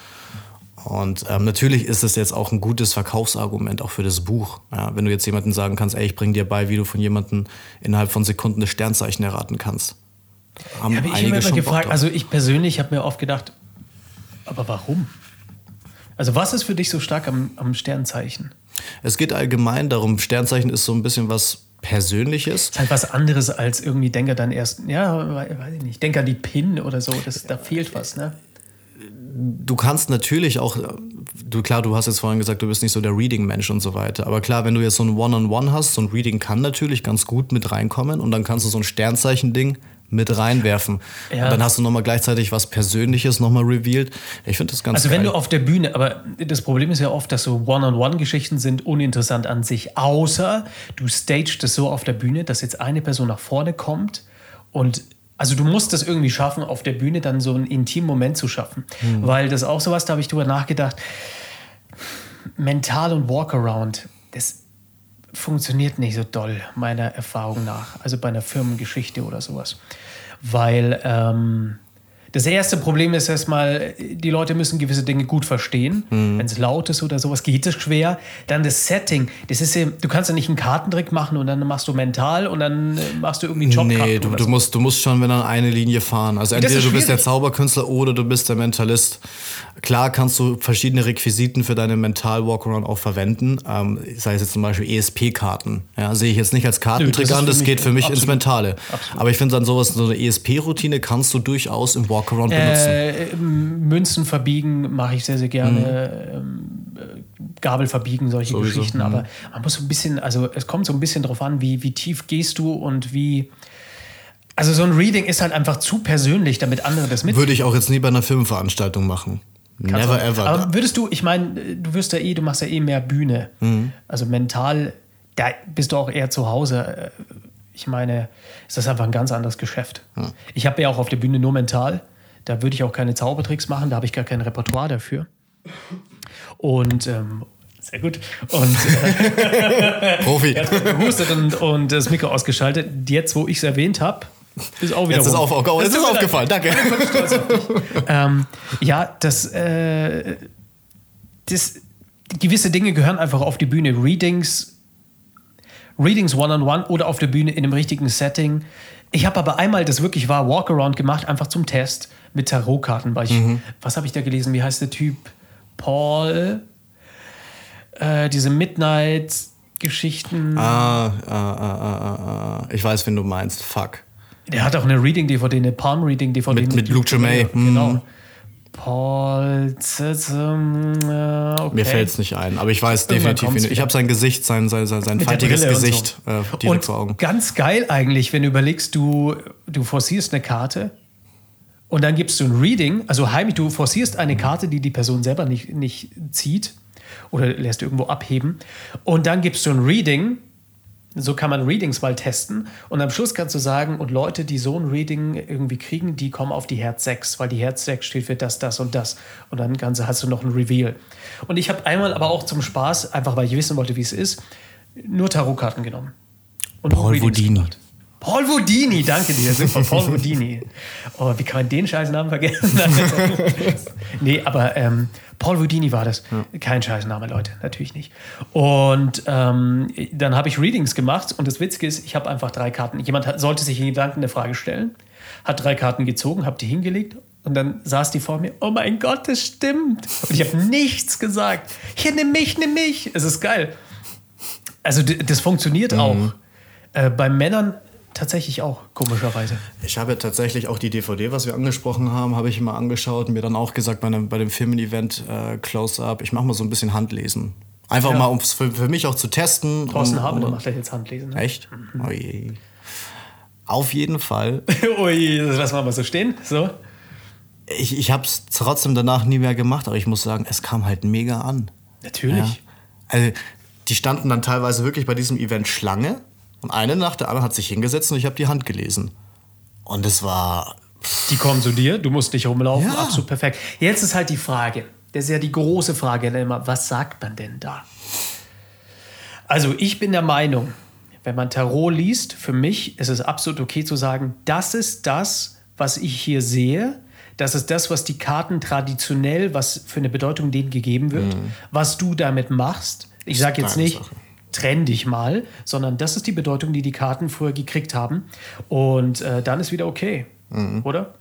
[SPEAKER 3] Und ähm, natürlich ist es jetzt auch ein gutes Verkaufsargument auch für das Buch. Ja, wenn du jetzt jemandem sagen kannst, ey, ich bring dir bei, wie du von jemandem innerhalb von Sekunden das Sternzeichen erraten kannst. Haben
[SPEAKER 2] Habe ich
[SPEAKER 3] einige
[SPEAKER 2] immer
[SPEAKER 3] schon Bock
[SPEAKER 2] gefragt,
[SPEAKER 3] drauf.
[SPEAKER 2] also ich persönlich habe mir oft gedacht, aber warum? Also was ist für dich so stark am, am Sternzeichen?
[SPEAKER 3] Es geht allgemein darum, Sternzeichen ist so ein bisschen was Persönliches.
[SPEAKER 2] Ist halt was anderes als irgendwie denke dann erst, ja, we- weiß ich nicht, denke an die PIN oder so, das, da fehlt was, ne?
[SPEAKER 3] Du kannst natürlich auch, du klar, du hast jetzt vorhin gesagt, du bist nicht so der Reading-Mensch und so weiter. Aber klar, wenn du jetzt so ein One-on-One hast, so ein Reading kann natürlich ganz gut mit reinkommen und dann kannst du so ein Sternzeichen-Ding mit reinwerfen.
[SPEAKER 2] Ja.
[SPEAKER 3] Und dann hast du nochmal gleichzeitig was Persönliches nochmal revealed. Ich finde das ganz
[SPEAKER 2] Also wenn
[SPEAKER 3] geil.
[SPEAKER 2] du auf der Bühne, aber das Problem ist ja oft, dass so One-on-One-Geschichten sind uninteressant an sich, außer du stagest es so auf der Bühne, dass jetzt eine Person nach vorne kommt und also du musst das irgendwie schaffen, auf der Bühne dann so einen intimen Moment zu schaffen.
[SPEAKER 3] Hm.
[SPEAKER 2] Weil das auch sowas, da habe ich drüber nachgedacht, mental und Walkaround, das funktioniert nicht so doll, meiner Erfahrung nach. Also bei einer Firmengeschichte oder sowas. Weil ähm, das erste Problem ist erstmal, die Leute müssen gewisse Dinge gut verstehen.
[SPEAKER 3] Mhm.
[SPEAKER 2] Wenn es laut ist oder sowas, geht es schwer. Dann das Setting. Das ist, eben- du kannst ja nicht einen Kartentrick machen und dann machst du mental und dann äh, machst du irgendwie einen Jobkarten.
[SPEAKER 3] Nee, du,
[SPEAKER 2] oder
[SPEAKER 3] du,
[SPEAKER 2] so.
[SPEAKER 3] musst, du musst schon, wenn dann eine Linie fahren. Also entweder
[SPEAKER 2] ist
[SPEAKER 3] du bist der
[SPEAKER 2] schwierig.
[SPEAKER 3] Zauberkünstler oder du bist der Mentalist. Klar kannst du verschiedene Requisiten für deine Mental-Walkaround auch verwenden. Ähm, sei es jetzt zum Beispiel ESP-Karten. Ja, sehe ich jetzt nicht als
[SPEAKER 2] Nö, das
[SPEAKER 3] Kartentrick
[SPEAKER 2] ist
[SPEAKER 3] an,
[SPEAKER 2] für
[SPEAKER 3] das
[SPEAKER 2] mich-
[SPEAKER 3] geht für mich ins
[SPEAKER 2] absolut.
[SPEAKER 3] Mentale. Aber ich finde dann sowas, so eine ESP-Routine kannst du durchaus im Walkaround benutzen.
[SPEAKER 2] Äh, Münzen verbiegen mache ich sehr, sehr gerne. Ähm, äh, Gabel verbiegen, solche
[SPEAKER 3] Mhm. Sowieso,
[SPEAKER 2] Geschichten.
[SPEAKER 3] mhm.
[SPEAKER 2] Aber man muss so ein bisschen, also es kommt so ein bisschen drauf an, wie, wie tief gehst du und wie. Also so ein Reading ist halt einfach zu persönlich, damit andere das mit.
[SPEAKER 3] Würde ich auch jetzt nie bei einer Filmveranstaltung machen.
[SPEAKER 2] Kannst
[SPEAKER 3] Never
[SPEAKER 2] du-
[SPEAKER 3] ever.
[SPEAKER 2] Also, Aber würdest du, ich meine, du wirst ja eh, du machst ja eh mehr Bühne.
[SPEAKER 3] Mhm.
[SPEAKER 2] Also mental, da bist du auch eher zu Hause. Äh, Ich meine, ist das einfach ein ganz anderes Geschäft.
[SPEAKER 3] Mhm.
[SPEAKER 2] Ich habe ja auch auf der Bühne nur mental. Da würde ich auch keine Zaubertricks machen, da habe ich gar kein Repertoire dafür. Und ähm, sehr gut. Und
[SPEAKER 3] Profi.
[SPEAKER 2] äh, gehustet und, und das Mikro ausgeschaltet. Jetzt, wo ich es erwähnt habe, ist auch wieder.
[SPEAKER 3] Jetzt ist
[SPEAKER 2] rum.
[SPEAKER 3] auf, oh, jetzt
[SPEAKER 2] Das
[SPEAKER 3] ist
[SPEAKER 2] tut mir leid.
[SPEAKER 3] aufgefallen. Danke.
[SPEAKER 2] Ähm, ja, das, äh, das, gewisse Dinge gehören einfach auf die Bühne. Readings, Readings one-on-one oder auf der Bühne in einem richtigen Setting. Ich habe aber einmal, das wirklich war, Walkaround gemacht, einfach zum Test mit Tarotkarten. Weil ich, Was habe ich da gelesen? Wie heißt der Typ? Paul? Äh, diese Midnight-Geschichten.
[SPEAKER 3] Ah, ah, ah, ah, ah. Ich weiß, wen du meinst. Fuck.
[SPEAKER 2] Der hat auch eine Reading-DVD, eine Palm-Reading-DVD.
[SPEAKER 3] Mit- mit Luke Tremay. Mhm.
[SPEAKER 2] Genau. Paul Zizem, äh, okay.
[SPEAKER 3] Mir fällt's nicht ein, aber ich weiß
[SPEAKER 2] Irgendwann
[SPEAKER 3] definitiv,
[SPEAKER 2] kommt's
[SPEAKER 3] wen, ich
[SPEAKER 2] wieder.
[SPEAKER 3] habe sein Gesicht, sein, sein, sein, sein
[SPEAKER 2] Mit der
[SPEAKER 3] faltiges
[SPEAKER 2] Brille und so.
[SPEAKER 3] Gesicht äh, direkt
[SPEAKER 2] und
[SPEAKER 3] vor Augen.
[SPEAKER 2] Ganz geil eigentlich, wenn du überlegst, du, du forcierst eine Karte und dann gibst du ein Reading, also heimlich, du forcierst eine Karte, die die Person selber nicht, nicht zieht oder lässt irgendwo abheben und dann gibst du ein Reading. So kann man Readings mal testen und am Schluss kannst du sagen, und Leute, die so ein Reading irgendwie kriegen, die kommen auf die Herz 6, weil die Herz 6 steht für das, das und das. Und dann ganze hast du noch ein Reveal. Und ich habe einmal aber auch zum Spaß, einfach weil ich wissen wollte, wie es ist, nur Tarotkarten genommen. Und
[SPEAKER 3] Paul
[SPEAKER 2] Readings
[SPEAKER 3] Wodini.
[SPEAKER 2] gemacht. Paul Wodini, danke dir, super. Paul Wodini. Oh, wie kann man den Scheißnamen vergessen? nee, aber ähm, Paul Wodini war das. Kein Scheißname, Leute, natürlich nicht. Und ähm, dann habe ich Readings gemacht und das Witzige ist, ich habe einfach drei Karten. Jemand hat, sollte sich in Gedanken eine Frage stellen, hat drei Karten gezogen, habe die hingelegt und dann saß die vor mir. Oh mein Gott, das stimmt. Und ich habe nichts gesagt. Hier, nimm mich, nimm mich. Es ist geil. Also d- das funktioniert auch. Äh, bei Männern tatsächlich auch, komischerweise.
[SPEAKER 3] Ich habe tatsächlich auch die DVD, was wir angesprochen haben, habe ich mal angeschaut und mir dann auch gesagt, bei, einem, bei dem Firmen-Event äh, Close-Up, ich mache mal so ein bisschen Handlesen. Einfach mal, um es für, für mich auch zu testen.
[SPEAKER 2] Thorsten
[SPEAKER 3] und-
[SPEAKER 2] Habe
[SPEAKER 3] und-
[SPEAKER 2] macht ja jetzt Handlesen. Ne?
[SPEAKER 3] Mhm. Echt? Oje. Auf jeden Fall.
[SPEAKER 2] Ui, das lassen wir mal so stehen. So.
[SPEAKER 3] Ich, ich habe es trotzdem danach nie mehr gemacht, aber ich muss sagen, es kam halt mega an.
[SPEAKER 2] Natürlich.
[SPEAKER 3] Ja. Also, die standen dann teilweise wirklich bei diesem Event Schlange Und eine nach der anderen hat sich hingesetzt und ich habe die Hand gelesen. Und es war.
[SPEAKER 2] Die kommen zu dir, du musst nicht rumlaufen,
[SPEAKER 3] Ja.
[SPEAKER 2] absolut perfekt. Jetzt ist halt die Frage, das ist ja die große Frage immer, was sagt man denn da? Also ich bin der Meinung, wenn man Tarot liest, für mich ist es absolut okay zu sagen, das ist das, was ich hier sehe. Das ist das, was die Karten traditionell, was für eine Bedeutung denen gegeben wird, was du damit machst. Ich sage jetzt
[SPEAKER 3] Mhm. Deine
[SPEAKER 2] nicht,
[SPEAKER 3] Sache.
[SPEAKER 2] trenn dich mal, sondern das ist die Bedeutung, die die Karten früher gekriegt haben. Und äh, dann ist wieder okay,
[SPEAKER 3] Mhm.
[SPEAKER 2] oder?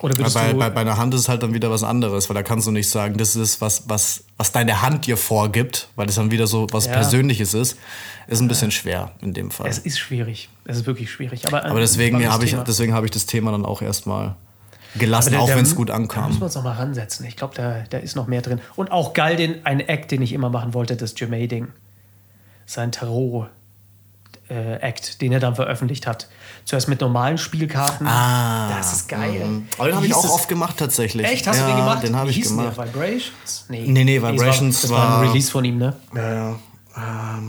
[SPEAKER 2] Oder würdest
[SPEAKER 3] Bei,
[SPEAKER 2] du...
[SPEAKER 3] bei, bei einer Hand ist es halt dann wieder was anderes, weil da kannst du nicht sagen, das ist was, was, was deine Hand dir vorgibt, weil das dann wieder so was
[SPEAKER 2] Ja.
[SPEAKER 3] Persönliches ist. Ist ein bisschen schwer in dem Fall.
[SPEAKER 2] es ist schwierig, es ist wirklich schwierig. Aber, äh,
[SPEAKER 3] Aber deswegen habe ich,
[SPEAKER 2] das.
[SPEAKER 3] deswegen habe ich das Thema dann auch erstmal gelassen,
[SPEAKER 2] Da-
[SPEAKER 3] auch
[SPEAKER 2] da-
[SPEAKER 3] wenn es gut
[SPEAKER 2] Da müssen wir
[SPEAKER 3] ankam.
[SPEAKER 2] uns nochmal ransetzen. Ich glaube, da, da ist noch mehr drin. Und auch geil, den, ein Act, den ich immer machen wollte, das Jermaine-Ding. Sein Tarot-Act, den er dann veröffentlicht hat. Zuerst mit normalen Spielkarten.
[SPEAKER 3] Ah,
[SPEAKER 2] das ist geil.
[SPEAKER 3] Mhm. Aber den habe
[SPEAKER 2] Wie
[SPEAKER 3] ich
[SPEAKER 2] hieß
[SPEAKER 3] auch
[SPEAKER 2] es?
[SPEAKER 3] oft gemacht tatsächlich.
[SPEAKER 2] Echt? Hast
[SPEAKER 3] ja,
[SPEAKER 2] du den gemacht?
[SPEAKER 3] Den habe
[SPEAKER 2] Wie
[SPEAKER 3] ich
[SPEAKER 2] hieß denn
[SPEAKER 3] gemacht.
[SPEAKER 2] Der? Vibrations? Nee,
[SPEAKER 3] Nee, nee,
[SPEAKER 2] es
[SPEAKER 3] Vibrations
[SPEAKER 2] war, das war ein
[SPEAKER 3] war-
[SPEAKER 2] Release von ihm, ne?
[SPEAKER 3] Ja, Ähm, ja.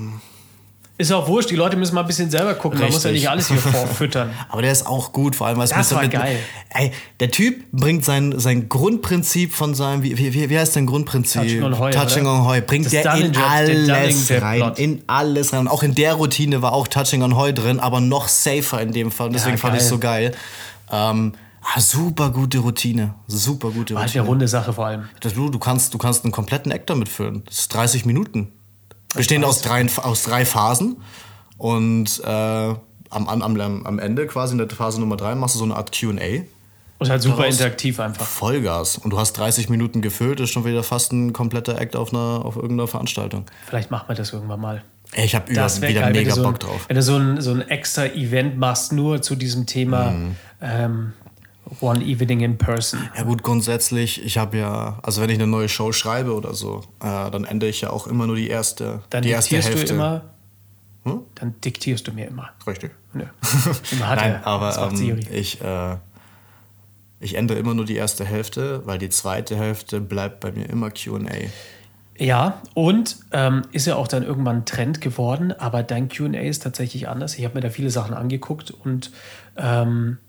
[SPEAKER 2] Ist auch wurscht, die Leute müssen mal ein bisschen selber gucken. Man muss ja
[SPEAKER 3] Richtig.
[SPEAKER 2] nicht alles hier vorfüttern.
[SPEAKER 3] Aber der ist auch gut, vor allem weil es
[SPEAKER 2] Das
[SPEAKER 3] muss
[SPEAKER 2] war
[SPEAKER 3] damit-
[SPEAKER 2] geil.
[SPEAKER 3] Ey, der Typ bringt sein, sein Grundprinzip von seinem wie, wie, wie- wie heißt sein Grundprinzip?
[SPEAKER 2] Touching on Hoy,
[SPEAKER 3] Touching
[SPEAKER 2] oder?
[SPEAKER 3] on Hoy. Bringt
[SPEAKER 2] Das
[SPEAKER 3] der
[SPEAKER 2] Dunning
[SPEAKER 3] in
[SPEAKER 2] Job, den Dunning
[SPEAKER 3] alles
[SPEAKER 2] Job
[SPEAKER 3] rein,
[SPEAKER 2] Plot.
[SPEAKER 3] in alles rein. Und auch in der Routine war auch Touching on Hoy drin, aber noch safer in dem Fall. Und deswegen fand ich
[SPEAKER 2] geil.
[SPEAKER 3] so geil. Ähm, ah, super gute Routine, super gute
[SPEAKER 2] War halt eine
[SPEAKER 3] Routine.
[SPEAKER 2] runde Sache vor allem.
[SPEAKER 3] Das, du, du kannst, du kannst einen kompletten Act damit füllen. Das ist 30 Minuten. Bestehend aus drei, aus drei Phasen. Und äh, am, am, am, am Ende, quasi in der Phase Nummer 3, machst du so eine Art QA.
[SPEAKER 2] Und halt super
[SPEAKER 3] Daraus-
[SPEAKER 2] interaktiv einfach.
[SPEAKER 3] Vollgas. Und du hast 30 Minuten gefüllt, ist schon wieder fast ein kompletter Act auf, einer, auf irgendeiner Veranstaltung.
[SPEAKER 2] Vielleicht machen wir das irgendwann mal.
[SPEAKER 3] Ey, Ich habe wieder
[SPEAKER 2] Das wäre geil, wenn,
[SPEAKER 3] mega
[SPEAKER 2] du so
[SPEAKER 3] Bock
[SPEAKER 2] ein,
[SPEAKER 3] drauf.
[SPEAKER 2] wenn du so ein, so ein extra Event machst, nur zu diesem Thema
[SPEAKER 3] Mhm.
[SPEAKER 2] ähm, One Evening in Person.
[SPEAKER 3] Ja gut, grundsätzlich, ich habe ja, also wenn ich eine neue Show schreibe oder so, äh, dann ändere ich ja auch immer nur die erste,
[SPEAKER 2] Dann
[SPEAKER 3] die erste
[SPEAKER 2] diktierst
[SPEAKER 3] Hälfte.
[SPEAKER 2] du immer.
[SPEAKER 3] Hm?
[SPEAKER 2] Dann diktierst du mir immer.
[SPEAKER 3] Richtig.
[SPEAKER 2] Nö. Immer hat
[SPEAKER 3] Nein,
[SPEAKER 2] er. Das
[SPEAKER 3] aber
[SPEAKER 2] macht
[SPEAKER 3] ähm,
[SPEAKER 2] Siri.
[SPEAKER 3] ich, äh, ich ändere immer nur die erste Hälfte, weil die zweite Hälfte bleibt bei mir immer QA.
[SPEAKER 2] Ja, und ähm, ist ja auch dann irgendwann ein Trend geworden, aber dein QA ist tatsächlich anders. Ich habe mir da viele Sachen angeguckt und ähm,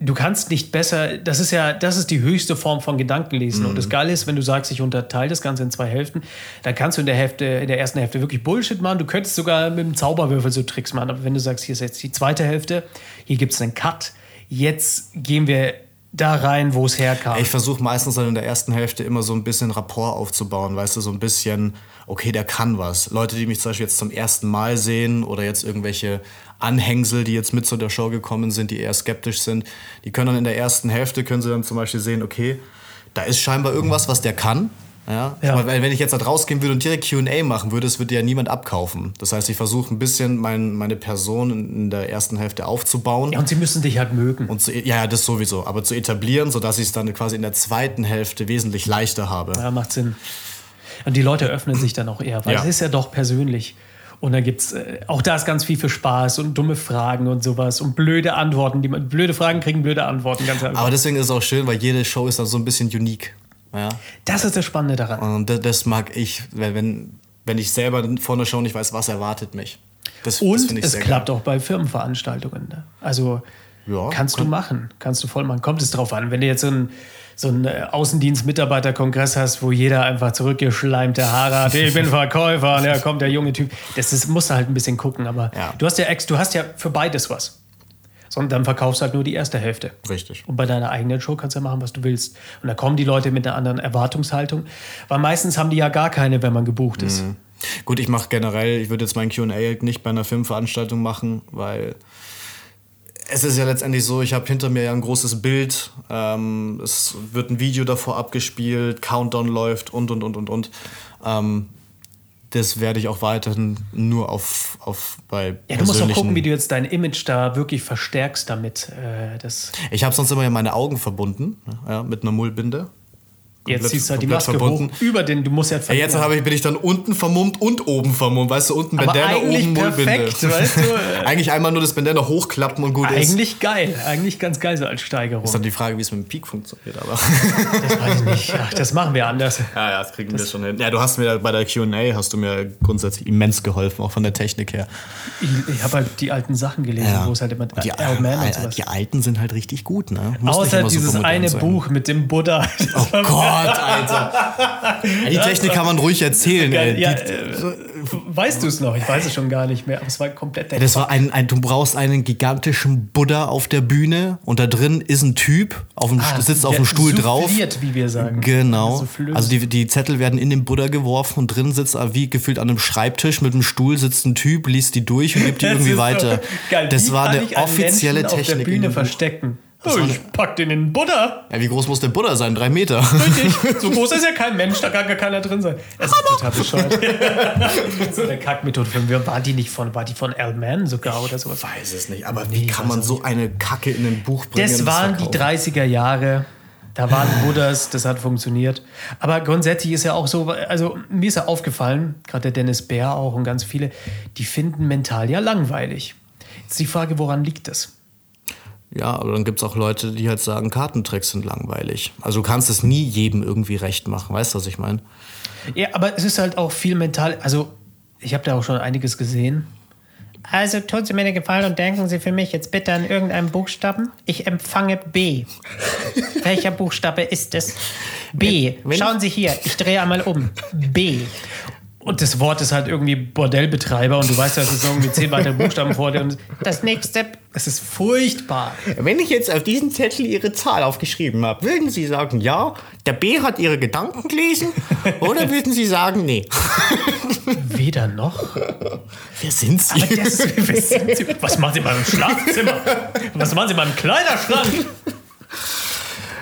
[SPEAKER 2] du kannst nicht besser, das ist ja, das ist die höchste Form von Gedankenlesen. Und das Geile ist, wenn du sagst, ich unterteile das Ganze in zwei Hälften, dann kannst du in der Hälfte, in der ersten Hälfte wirklich Bullshit machen. Du könntest sogar mit dem Zauberwürfel so Tricks machen. Aber wenn du sagst, hier ist jetzt die zweite Hälfte, hier gibt es einen Cut, jetzt gehen wir da rein, wo es herkam.
[SPEAKER 3] Ich versuche meistens dann in der ersten Hälfte immer so ein bisschen Rapport aufzubauen, weißt du, so ein bisschen, okay, der kann was. Leute, die mich zum Beispiel jetzt zum ersten Mal sehen oder jetzt irgendwelche Anhängsel, die jetzt mit zu der Show gekommen sind, die eher skeptisch sind, die können dann in der ersten Hälfte, können sie dann zum Beispiel sehen, okay, da ist scheinbar irgendwas, was der kann. Ja?
[SPEAKER 2] Ja.
[SPEAKER 3] Aber weil wenn ich jetzt da rausgehen würde und direkt QA machen würde, das würde ja niemand abkaufen. Das heißt, ich versuche ein bisschen mein, meine Person in in der ersten Hälfte aufzubauen.
[SPEAKER 2] ja, und sie müssen dich halt mögen.
[SPEAKER 3] Und zu, ja, ja, das sowieso, aber zu etablieren, sodass ich es dann quasi in der zweiten Hälfte wesentlich leichter habe.
[SPEAKER 2] Ja, macht Sinn. Und die Leute öffnen sich dann auch eher, weil
[SPEAKER 3] Ja.
[SPEAKER 2] es ist ja doch persönlich. Und da gibt's äh, auch da ist ganz viel für Spaß und dumme Fragen und sowas und blöde Antworten, die man blöde Fragen kriegen, blöde Antworten ganz einfach.
[SPEAKER 3] Aber deswegen ist es auch schön, weil jede Show ist dann so ein bisschen unique. Ja?
[SPEAKER 2] das ist das Spannende daran.
[SPEAKER 3] Und das, das mag ich, weil wenn, wenn ich selber vor einer Show nicht weiß, was erwartet mich. Das, das
[SPEAKER 2] Und
[SPEAKER 3] finde ich
[SPEAKER 2] es
[SPEAKER 3] sehr
[SPEAKER 2] klappt auch bei Firmenveranstaltungen. Ne? Also
[SPEAKER 3] Ja,
[SPEAKER 2] kannst du machen, kannst du voll machen. Kommt es drauf an, wenn du jetzt so einen so einen, äh, Außendienst-Mitarbeiter-Kongress hast, wo jeder einfach zurückgeschleimte Haare hat, ich bin Verkäufer, und da kommt der junge Typ. Das ist, musst du halt ein bisschen gucken, aber
[SPEAKER 3] Ja.
[SPEAKER 2] du hast ja Ex, du hast ja für beides was. Sondern dann verkaufst du halt nur die erste Hälfte.
[SPEAKER 3] geil. Richtig.
[SPEAKER 2] Und bei deiner eigenen Show kannst du ja machen, was du willst. Und da kommen die Leute mit einer anderen Erwartungshaltung, weil meistens haben die ja gar keine, wenn man gebucht
[SPEAKER 3] Mhm.
[SPEAKER 2] ist.
[SPEAKER 3] Gut, ich mache generell, ich würde jetzt mein QA halt nicht bei einer Filmveranstaltung machen, weil es ist ja letztendlich so, ich habe hinter mir ja ein großes Bild, ähm, es wird ein Video davor abgespielt, Countdown läuft und und und und und. Ähm, das werde ich auch weiterhin nur auf, auf bei
[SPEAKER 2] Ja, du musst doch
[SPEAKER 3] persönlichen-
[SPEAKER 2] gucken, wie du jetzt dein Image da wirklich verstärkst damit. Äh, das
[SPEAKER 3] Ich habe sonst immer ja meine Augen verbunden, ja, mit einer Mullbinde.
[SPEAKER 2] Jetzt ziehst du halt die
[SPEAKER 3] komplett
[SPEAKER 2] Maske
[SPEAKER 3] verbunden.
[SPEAKER 2] hoch über den, du musst ja
[SPEAKER 3] Ja, jetzt hab ich, bin ich dann unten vermummt und oben vermummt. Weißt du, unten
[SPEAKER 2] Aber
[SPEAKER 3] Bandana,
[SPEAKER 2] eigentlich
[SPEAKER 3] oben Mullbinde.
[SPEAKER 2] perfekt, weißt du?
[SPEAKER 3] eigentlich einmal nur das Bandana hochklappen und gut ist.
[SPEAKER 2] Eigentlich geil, eigentlich ganz geil so als Steigerung.
[SPEAKER 3] Ist dann die Frage, wie es mit dem Peak funktioniert, aber.
[SPEAKER 2] Das weiß ich nicht. Ach, das machen wir anders.
[SPEAKER 3] Ja, ja, das kriegen wir schon hin. Ja, du hast mir bei der Q&A hast du mir grundsätzlich immens geholfen, auch von der Technik her.
[SPEAKER 2] Ich, ich habe halt die alten Sachen gelesen, wo es halt immer
[SPEAKER 3] die,
[SPEAKER 2] Iron Man und sowas.
[SPEAKER 3] die alten sind halt richtig gut, ne? Muss nicht
[SPEAKER 2] Außer
[SPEAKER 3] immer super
[SPEAKER 2] dieses
[SPEAKER 3] modern
[SPEAKER 2] eine
[SPEAKER 3] sein.
[SPEAKER 2] Buch mit dem Buddha.
[SPEAKER 3] Oh Gott, Alter. Ja, die Technik kann man ruhig erzählen,
[SPEAKER 2] Ja,
[SPEAKER 3] ey.
[SPEAKER 2] ja,
[SPEAKER 3] die,
[SPEAKER 2] äh, weißt du es noch? Ich weiß es schon gar nicht mehr. Aber es war komplett der
[SPEAKER 3] Das war ein, ein, du brauchst einen gigantischen Buddha auf der Bühne und da drin ist ein Typ, auf dem,
[SPEAKER 2] Ah,
[SPEAKER 3] sitzt auf
[SPEAKER 2] der
[SPEAKER 3] dem Stuhl drauf.
[SPEAKER 2] souffliert, wie wir sagen.
[SPEAKER 3] Genau.
[SPEAKER 2] Soufflös.
[SPEAKER 3] Also die, die Zettel werden in den Buddha geworfen und drin sitzt er wie gefühlt an einem Schreibtisch mit einem Stuhl sitzt ein Typ, liest die durch und gibt die
[SPEAKER 2] Das
[SPEAKER 3] irgendwie
[SPEAKER 2] ist so
[SPEAKER 3] weiter.
[SPEAKER 2] Geil.
[SPEAKER 3] Das
[SPEAKER 2] Wie
[SPEAKER 3] war
[SPEAKER 2] kann
[SPEAKER 3] eine
[SPEAKER 2] ich einen
[SPEAKER 3] offizielle
[SPEAKER 2] Menschen
[SPEAKER 3] Technik.
[SPEAKER 2] Auf der
[SPEAKER 3] in
[SPEAKER 2] Bühne
[SPEAKER 3] dem Buch.
[SPEAKER 2] verstecken.
[SPEAKER 3] Das
[SPEAKER 2] oh,
[SPEAKER 3] war
[SPEAKER 2] ich pack den in den Buddha.
[SPEAKER 3] Ja, wie groß muss der Buddha sein? Drei Meter.
[SPEAKER 2] Richtig. So groß ist ja kein Mensch, da kann gar keiner drin sein. Es ist total bescheuert. so eine Kackmethode von mir. War die nicht von, war die von Al Mann sogar oder sowas?
[SPEAKER 3] weiß es nicht, aber wie kann man so eine Kacke in ein Buch bringen?
[SPEAKER 2] Das waren die 30er Jahre. Da waren Buddhas, das hat funktioniert. Aber grundsätzlich ist ja auch so, also mir ist ja aufgefallen, gerade der Dennis Bär auch und ganz viele, die finden mental ja langweilig. Jetzt die Frage, woran liegt das?
[SPEAKER 3] Ja, aber dann gibt es auch Leute, die halt sagen, Kartentricks sind langweilig. Also du kannst es nie jedem irgendwie recht machen, weißt du, was ich meine?
[SPEAKER 2] Ja, aber es ist halt auch viel mental. Also, ich habe da auch schon einiges gesehen. Also tun Sie mir den Gefallen und denken Sie für mich jetzt bitte an irgendeinen Buchstaben. Ich empfange B. Welcher Buchstabe ist es? B.
[SPEAKER 3] Wenn-
[SPEAKER 2] E. Schauen Sie hier, ich drehe einmal um. B. Und das Wort ist halt irgendwie Bordellbetreiber und du weißt, dass es irgendwie zehn weitere Buchstaben vor dir und das nächste. Es ist furchtbar.
[SPEAKER 3] Wenn ich jetzt auf diesen Zettel Ihre Zahl aufgeschrieben habe, würden Sie sagen, ja, der B hat Ihre Gedanken gelesen? oder würden Sie sagen, nee?
[SPEAKER 2] Weder noch.
[SPEAKER 3] Wer sind Sie?
[SPEAKER 2] Aber das ist, was, sind Sie, was machen Sie in meinem Schlafzimmer? Was machen Sie in meinem Kleiderschrank?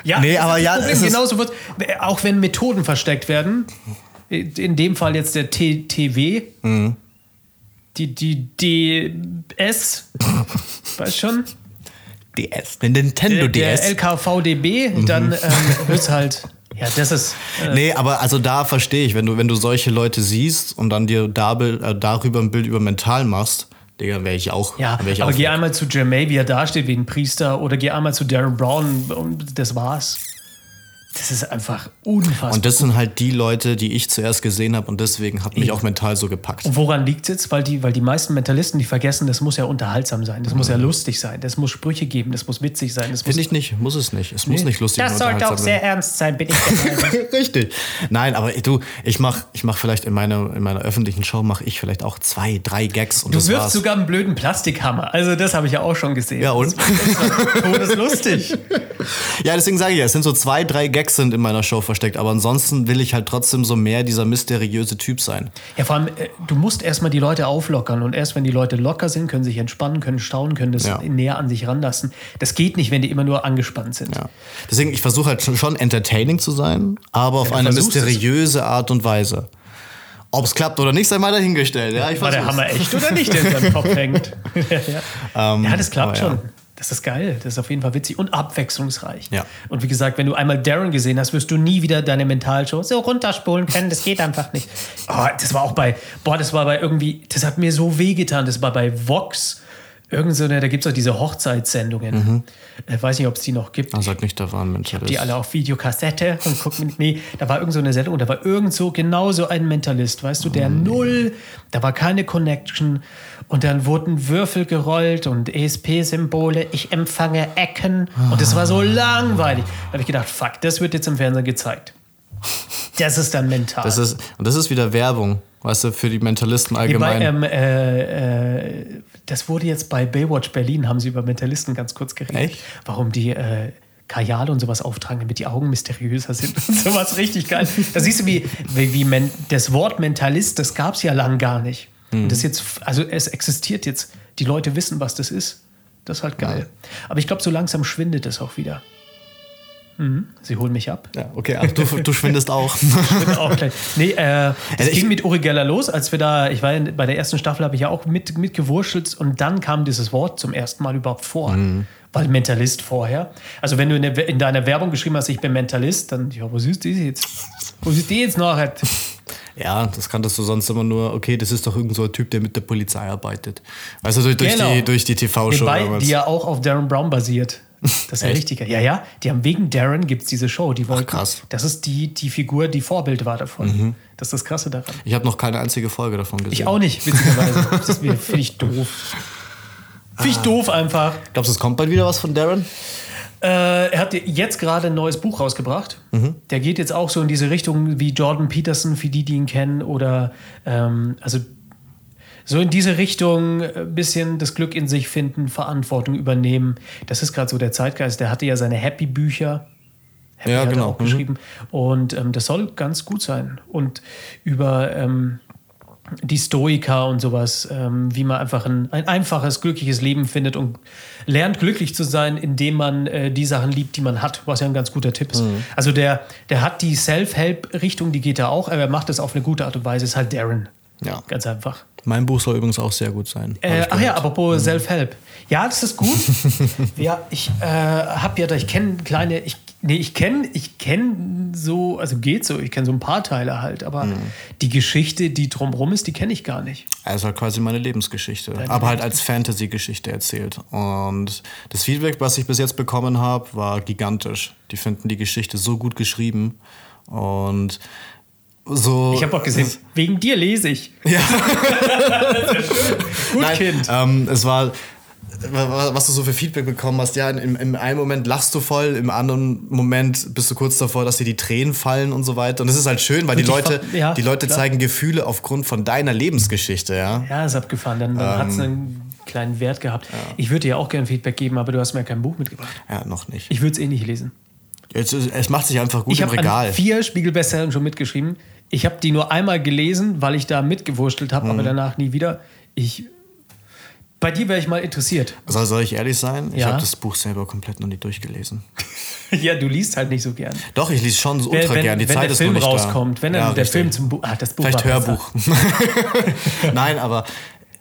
[SPEAKER 2] Ja,
[SPEAKER 3] Nee,
[SPEAKER 2] das
[SPEAKER 3] aber
[SPEAKER 2] ist das
[SPEAKER 3] ja,
[SPEAKER 2] Problem.
[SPEAKER 3] es ist-
[SPEAKER 2] genauso wird, auch wenn Methoden versteckt werden, in dem Fall jetzt der TTW,
[SPEAKER 3] Mhm.
[SPEAKER 2] die, die DS, weißt schon,
[SPEAKER 3] DS, der Nintendo
[SPEAKER 2] der, der LKVDB,
[SPEAKER 3] Mhm.
[SPEAKER 2] dann ähm, wird es halt, ja, das ist,
[SPEAKER 3] Nee, aber also da verstehe ich, wenn du, wenn du solche Leute siehst und dann dir da, Bild- äh, darüber ein Bild über mental machst, Digga, wäre ich auch.
[SPEAKER 2] ja,
[SPEAKER 3] wär ich
[SPEAKER 2] aber
[SPEAKER 3] auch
[SPEAKER 2] geh einmal zu Jermaine, wie er dasteht wie ein Priester, oder geh einmal zu Darren Brown und das war's. Das ist einfach unfassbar.
[SPEAKER 3] und das sind halt die Leute, die ich zuerst gesehen habe und deswegen hat mich auch mental so gepackt.
[SPEAKER 2] Und woran liegt es jetzt? Weil die, weil die meisten Mentalisten, die vergessen, das muss ja unterhaltsam sein, das muss ja lustig sein, das muss Sprüche geben, das muss witzig sein, das muss.
[SPEAKER 3] Finde Mhm. ich nicht, muss es nicht. Es muss nicht lustig und unterhaltsam werden.
[SPEAKER 2] ernst sein, bin ich der Meinung.
[SPEAKER 3] Richtig. Nein, aber du, ich mach, ich mach vielleicht in meiner, in meiner öffentlichen Show mache ich vielleicht auch zwei, drei Gags und
[SPEAKER 2] Du
[SPEAKER 3] das
[SPEAKER 2] wirfst
[SPEAKER 3] war's.
[SPEAKER 2] sogar einen blöden Plastikhammer. Also, das habe ich ja auch schon gesehen. Oh,
[SPEAKER 3] ja und?
[SPEAKER 2] Das ist lustig.
[SPEAKER 3] Ja, deswegen sage ich ja, es sind so zwei, drei Gags sind in meiner Show versteckt, aber ansonsten will ich halt trotzdem so mehr dieser mysteriöse Typ sein.
[SPEAKER 2] Ja, vor allem, äh, du musst erstmal die Leute auflockern. Und erst wenn die Leute locker sind, können sich entspannen, können staunen, können das
[SPEAKER 3] Ja.
[SPEAKER 2] näher an sich ranlassen. Das geht nicht, wenn die immer nur angespannt sind.
[SPEAKER 3] Ja. Deswegen, ich versuche halt schon- schon entertaining zu sein, aber auf
[SPEAKER 2] du
[SPEAKER 3] eine
[SPEAKER 2] versuchst es.
[SPEAKER 3] mysteriöse Art und Weise. Ob es klappt oder nicht, sei mal dahingestellt. Ja, ich
[SPEAKER 2] War der
[SPEAKER 3] versuch's. Ähm,
[SPEAKER 2] Hammer echt oder nicht, der in seinem Kopf hängt? ja. ja, das klappt
[SPEAKER 3] aber ja.
[SPEAKER 2] schon. Das ist geil. Das ist auf jeden Fall witzig und abwechslungsreich.
[SPEAKER 3] Ja.
[SPEAKER 2] Und wie gesagt, wenn du einmal Darren gesehen hast, wirst du nie wieder deine Mentalshow so runterspulen können. Das geht einfach nicht. Oh, das war auch bei, boah, das war bei irgendwie, das hat mir so wehgetan. Das war bei Vox. Irgend so eine, da gibt es auch diese Hochzeitssendungen.
[SPEAKER 3] Mhm.
[SPEAKER 2] Ich weiß nicht, ob es die noch gibt
[SPEAKER 3] Ah, Sag nicht, da war ein Mensch.
[SPEAKER 2] die alle auf Videokassette und gucken. Nee, da war irgend so eine Sendung, und da war irgend so genau so ein Mentalist, weißt du,
[SPEAKER 3] Hm.
[SPEAKER 2] der Null, da war keine Connection und dann wurden Würfel gerollt und E ESP-Symbole, ich empfange Ecken und das war so langweilig. Da habe ich gedacht, fuck, das wird jetzt im Fernsehen gezeigt. Das ist dann mental.
[SPEAKER 3] das ist, und das ist wieder Werbung, weißt du, für die Mentalisten
[SPEAKER 2] Wobei,
[SPEAKER 3] allgemein.
[SPEAKER 2] ähm, äh, äh, das wurde jetzt bei Baywatch Berlin, haben sie über Mentalisten ganz kurz geredet.
[SPEAKER 3] Echt?
[SPEAKER 2] Warum die äh, Kajale und sowas auftragen, damit die Augen mysteriöser sind und sowas. Richtig geil. Da siehst du, wie, wie, wie men, das Wort Mentalist, das gab es ja lang gar nicht.
[SPEAKER 3] Hm.
[SPEAKER 2] Und Das jetzt, also es existiert jetzt. Die Leute wissen, was das ist. Das ist halt geil. Aber ich glaube, so langsam schwindet es auch wieder. Mhm. Sie holen mich ab.
[SPEAKER 3] Ja, okay, ach, du, du schwindest auch.
[SPEAKER 2] Ich bin auch klein. Nee, äh, das
[SPEAKER 3] Also ich-
[SPEAKER 2] ging mit Uri Geller los, als wir da, ich war in, bei der ersten Staffel, habe ich ja auch mit, mitgewurschtelt und dann kam dieses Wort zum ersten Mal überhaupt vor.
[SPEAKER 3] Mhm.
[SPEAKER 2] Weil Mentalist vorher. Also wenn du in, der, We- in deiner Werbung geschrieben hast, ich bin Mentalist, dann, ja, wo siehst du die jetzt? Wo siehst du die jetzt noch?
[SPEAKER 3] Ja, das kanntest du sonst immer nur, okay, das ist doch irgend so ein Typ, der mit der Polizei arbeitet. Weißt du, durch, durch
[SPEAKER 2] Genau.
[SPEAKER 3] die, durch die TV-Show
[SPEAKER 2] Wobei,
[SPEAKER 3] damals.
[SPEAKER 2] die ja auch auf Darren Brown basiert. Das ist ja
[SPEAKER 3] Echt?
[SPEAKER 2] richtig. Ja, ja, die haben wegen Darren gibt es diese Show. Die wollten,
[SPEAKER 3] krass. Mhm.
[SPEAKER 2] Das ist die, die Figur, die Vorbild war davon. Das ist das Krasse daran.
[SPEAKER 3] Ich habe noch keine einzige Folge davon gesehen.
[SPEAKER 2] Ich auch nicht, witzigerweise. Das ist mir- finde ich doof. Finde
[SPEAKER 3] Ah.
[SPEAKER 2] ich doof einfach.
[SPEAKER 3] Glaubst du, es kommt bald wieder was von Darren?
[SPEAKER 2] Äh, er hat jetzt gerade ein neues Buch rausgebracht.
[SPEAKER 3] Mhm.
[SPEAKER 2] Der geht jetzt auch so in diese Richtung wie Jordan Peterson, für die, die ihn kennen, oder ähm, also so in diese Richtung äh, ein bisschen das Glück in sich finden, Verantwortung übernehmen. Das ist gerade so der Zeitgeist. Der hatte ja seine Happy-Bücher. Happy
[SPEAKER 3] Ja,
[SPEAKER 2] hat er
[SPEAKER 3] genau.
[SPEAKER 2] Auch
[SPEAKER 3] Mhm.
[SPEAKER 2] geschrieben. Und ähm, das soll ganz gut sein. Und über ähm, die Stoiker und sowas, ähm, wie man einfach ein, ein einfaches, glückliches Leben findet und lernt glücklich zu sein, indem man äh, die Sachen liebt, die man hat, was ja ein ganz guter Tipp ist.
[SPEAKER 3] Mhm.
[SPEAKER 2] Also der, der hat die Self-Help-Richtung, die geht da auch, aber er macht das auf eine gute Art und Weise, ist halt Darren.
[SPEAKER 3] Ja.
[SPEAKER 2] Ganz einfach.
[SPEAKER 3] Mein Buch soll übrigens auch sehr gut sein. Hab
[SPEAKER 2] Äh,
[SPEAKER 3] ich
[SPEAKER 2] ach ja,
[SPEAKER 3] gehört. Mhm.
[SPEAKER 2] apropos Self-Help. Ja, das ist gut. ja, ich äh, habe ja da, ich kenne kleine, ich, nee, ich kenne, ich kenne so, also geht so, ich kenne so ein paar Teile halt, aber
[SPEAKER 3] Mhm.
[SPEAKER 2] die Geschichte, die drumrum ist, die kenne ich gar nicht.
[SPEAKER 3] Es war quasi meine Lebensgeschichte, aber halt als Fantasy-Geschichte erzählt. Und das Feedback, was ich bis jetzt bekommen habe, war gigantisch. Die finden die Geschichte so gut geschrieben und so.
[SPEAKER 2] Ich habe auch gesehen, wegen dir lese ich. Ja. Gut,
[SPEAKER 3] Nein,
[SPEAKER 2] Kind.
[SPEAKER 3] Ähm, es war, wa- was du so für Feedback bekommen hast. Ja, im, im einen Moment lachst du voll, im anderen Moment bist du kurz davor, dass dir die Tränen fallen und so weiter. Und es ist halt schön, weil die
[SPEAKER 2] Und ich
[SPEAKER 3] Leute,
[SPEAKER 2] fa- ja,
[SPEAKER 3] die Leute
[SPEAKER 2] klar.
[SPEAKER 3] zeigen Gefühle aufgrund von deiner Lebensgeschichte, ja.
[SPEAKER 2] Ja, ist abgefahren. Dann, dann hat es einen kleinen Wert gehabt. Ich würde dir auch gerne Feedback geben, aber du hast mir kein Buch mitgebracht.
[SPEAKER 3] Ja, noch nicht.
[SPEAKER 2] Ich würde es eh nicht lesen.
[SPEAKER 3] Jetzt ist, es macht sich einfach gut
[SPEAKER 2] Ich
[SPEAKER 3] im
[SPEAKER 2] habe
[SPEAKER 3] Regal.
[SPEAKER 2] an vier Spiegelbestsellern schon mitgeschrieben. Ich habe die nur einmal gelesen, weil ich da mitgewurschtelt habe,
[SPEAKER 3] Mhm.
[SPEAKER 2] aber danach nie wieder. Ich, bei dir wäre ich mal interessiert.
[SPEAKER 3] Soll, soll ich ehrlich sein? Ich
[SPEAKER 2] Ja.
[SPEAKER 3] habe das Buch selber komplett noch nicht durchgelesen.
[SPEAKER 2] ja, du liest halt nicht so gern.
[SPEAKER 3] Doch, ich lese schon so
[SPEAKER 2] Wenn,
[SPEAKER 3] ultra
[SPEAKER 2] wenn,
[SPEAKER 3] gern. Die
[SPEAKER 2] wenn
[SPEAKER 3] Zeit
[SPEAKER 2] der
[SPEAKER 3] ist noch
[SPEAKER 2] Film
[SPEAKER 3] nicht
[SPEAKER 2] rauskommt,
[SPEAKER 3] da.
[SPEAKER 2] wenn dann
[SPEAKER 3] Ja,
[SPEAKER 2] der
[SPEAKER 3] richtig.
[SPEAKER 2] Film zum Buch. Ach, das Buch
[SPEAKER 3] Vielleicht
[SPEAKER 2] war besser.
[SPEAKER 3] Hörbuch. Nein, aber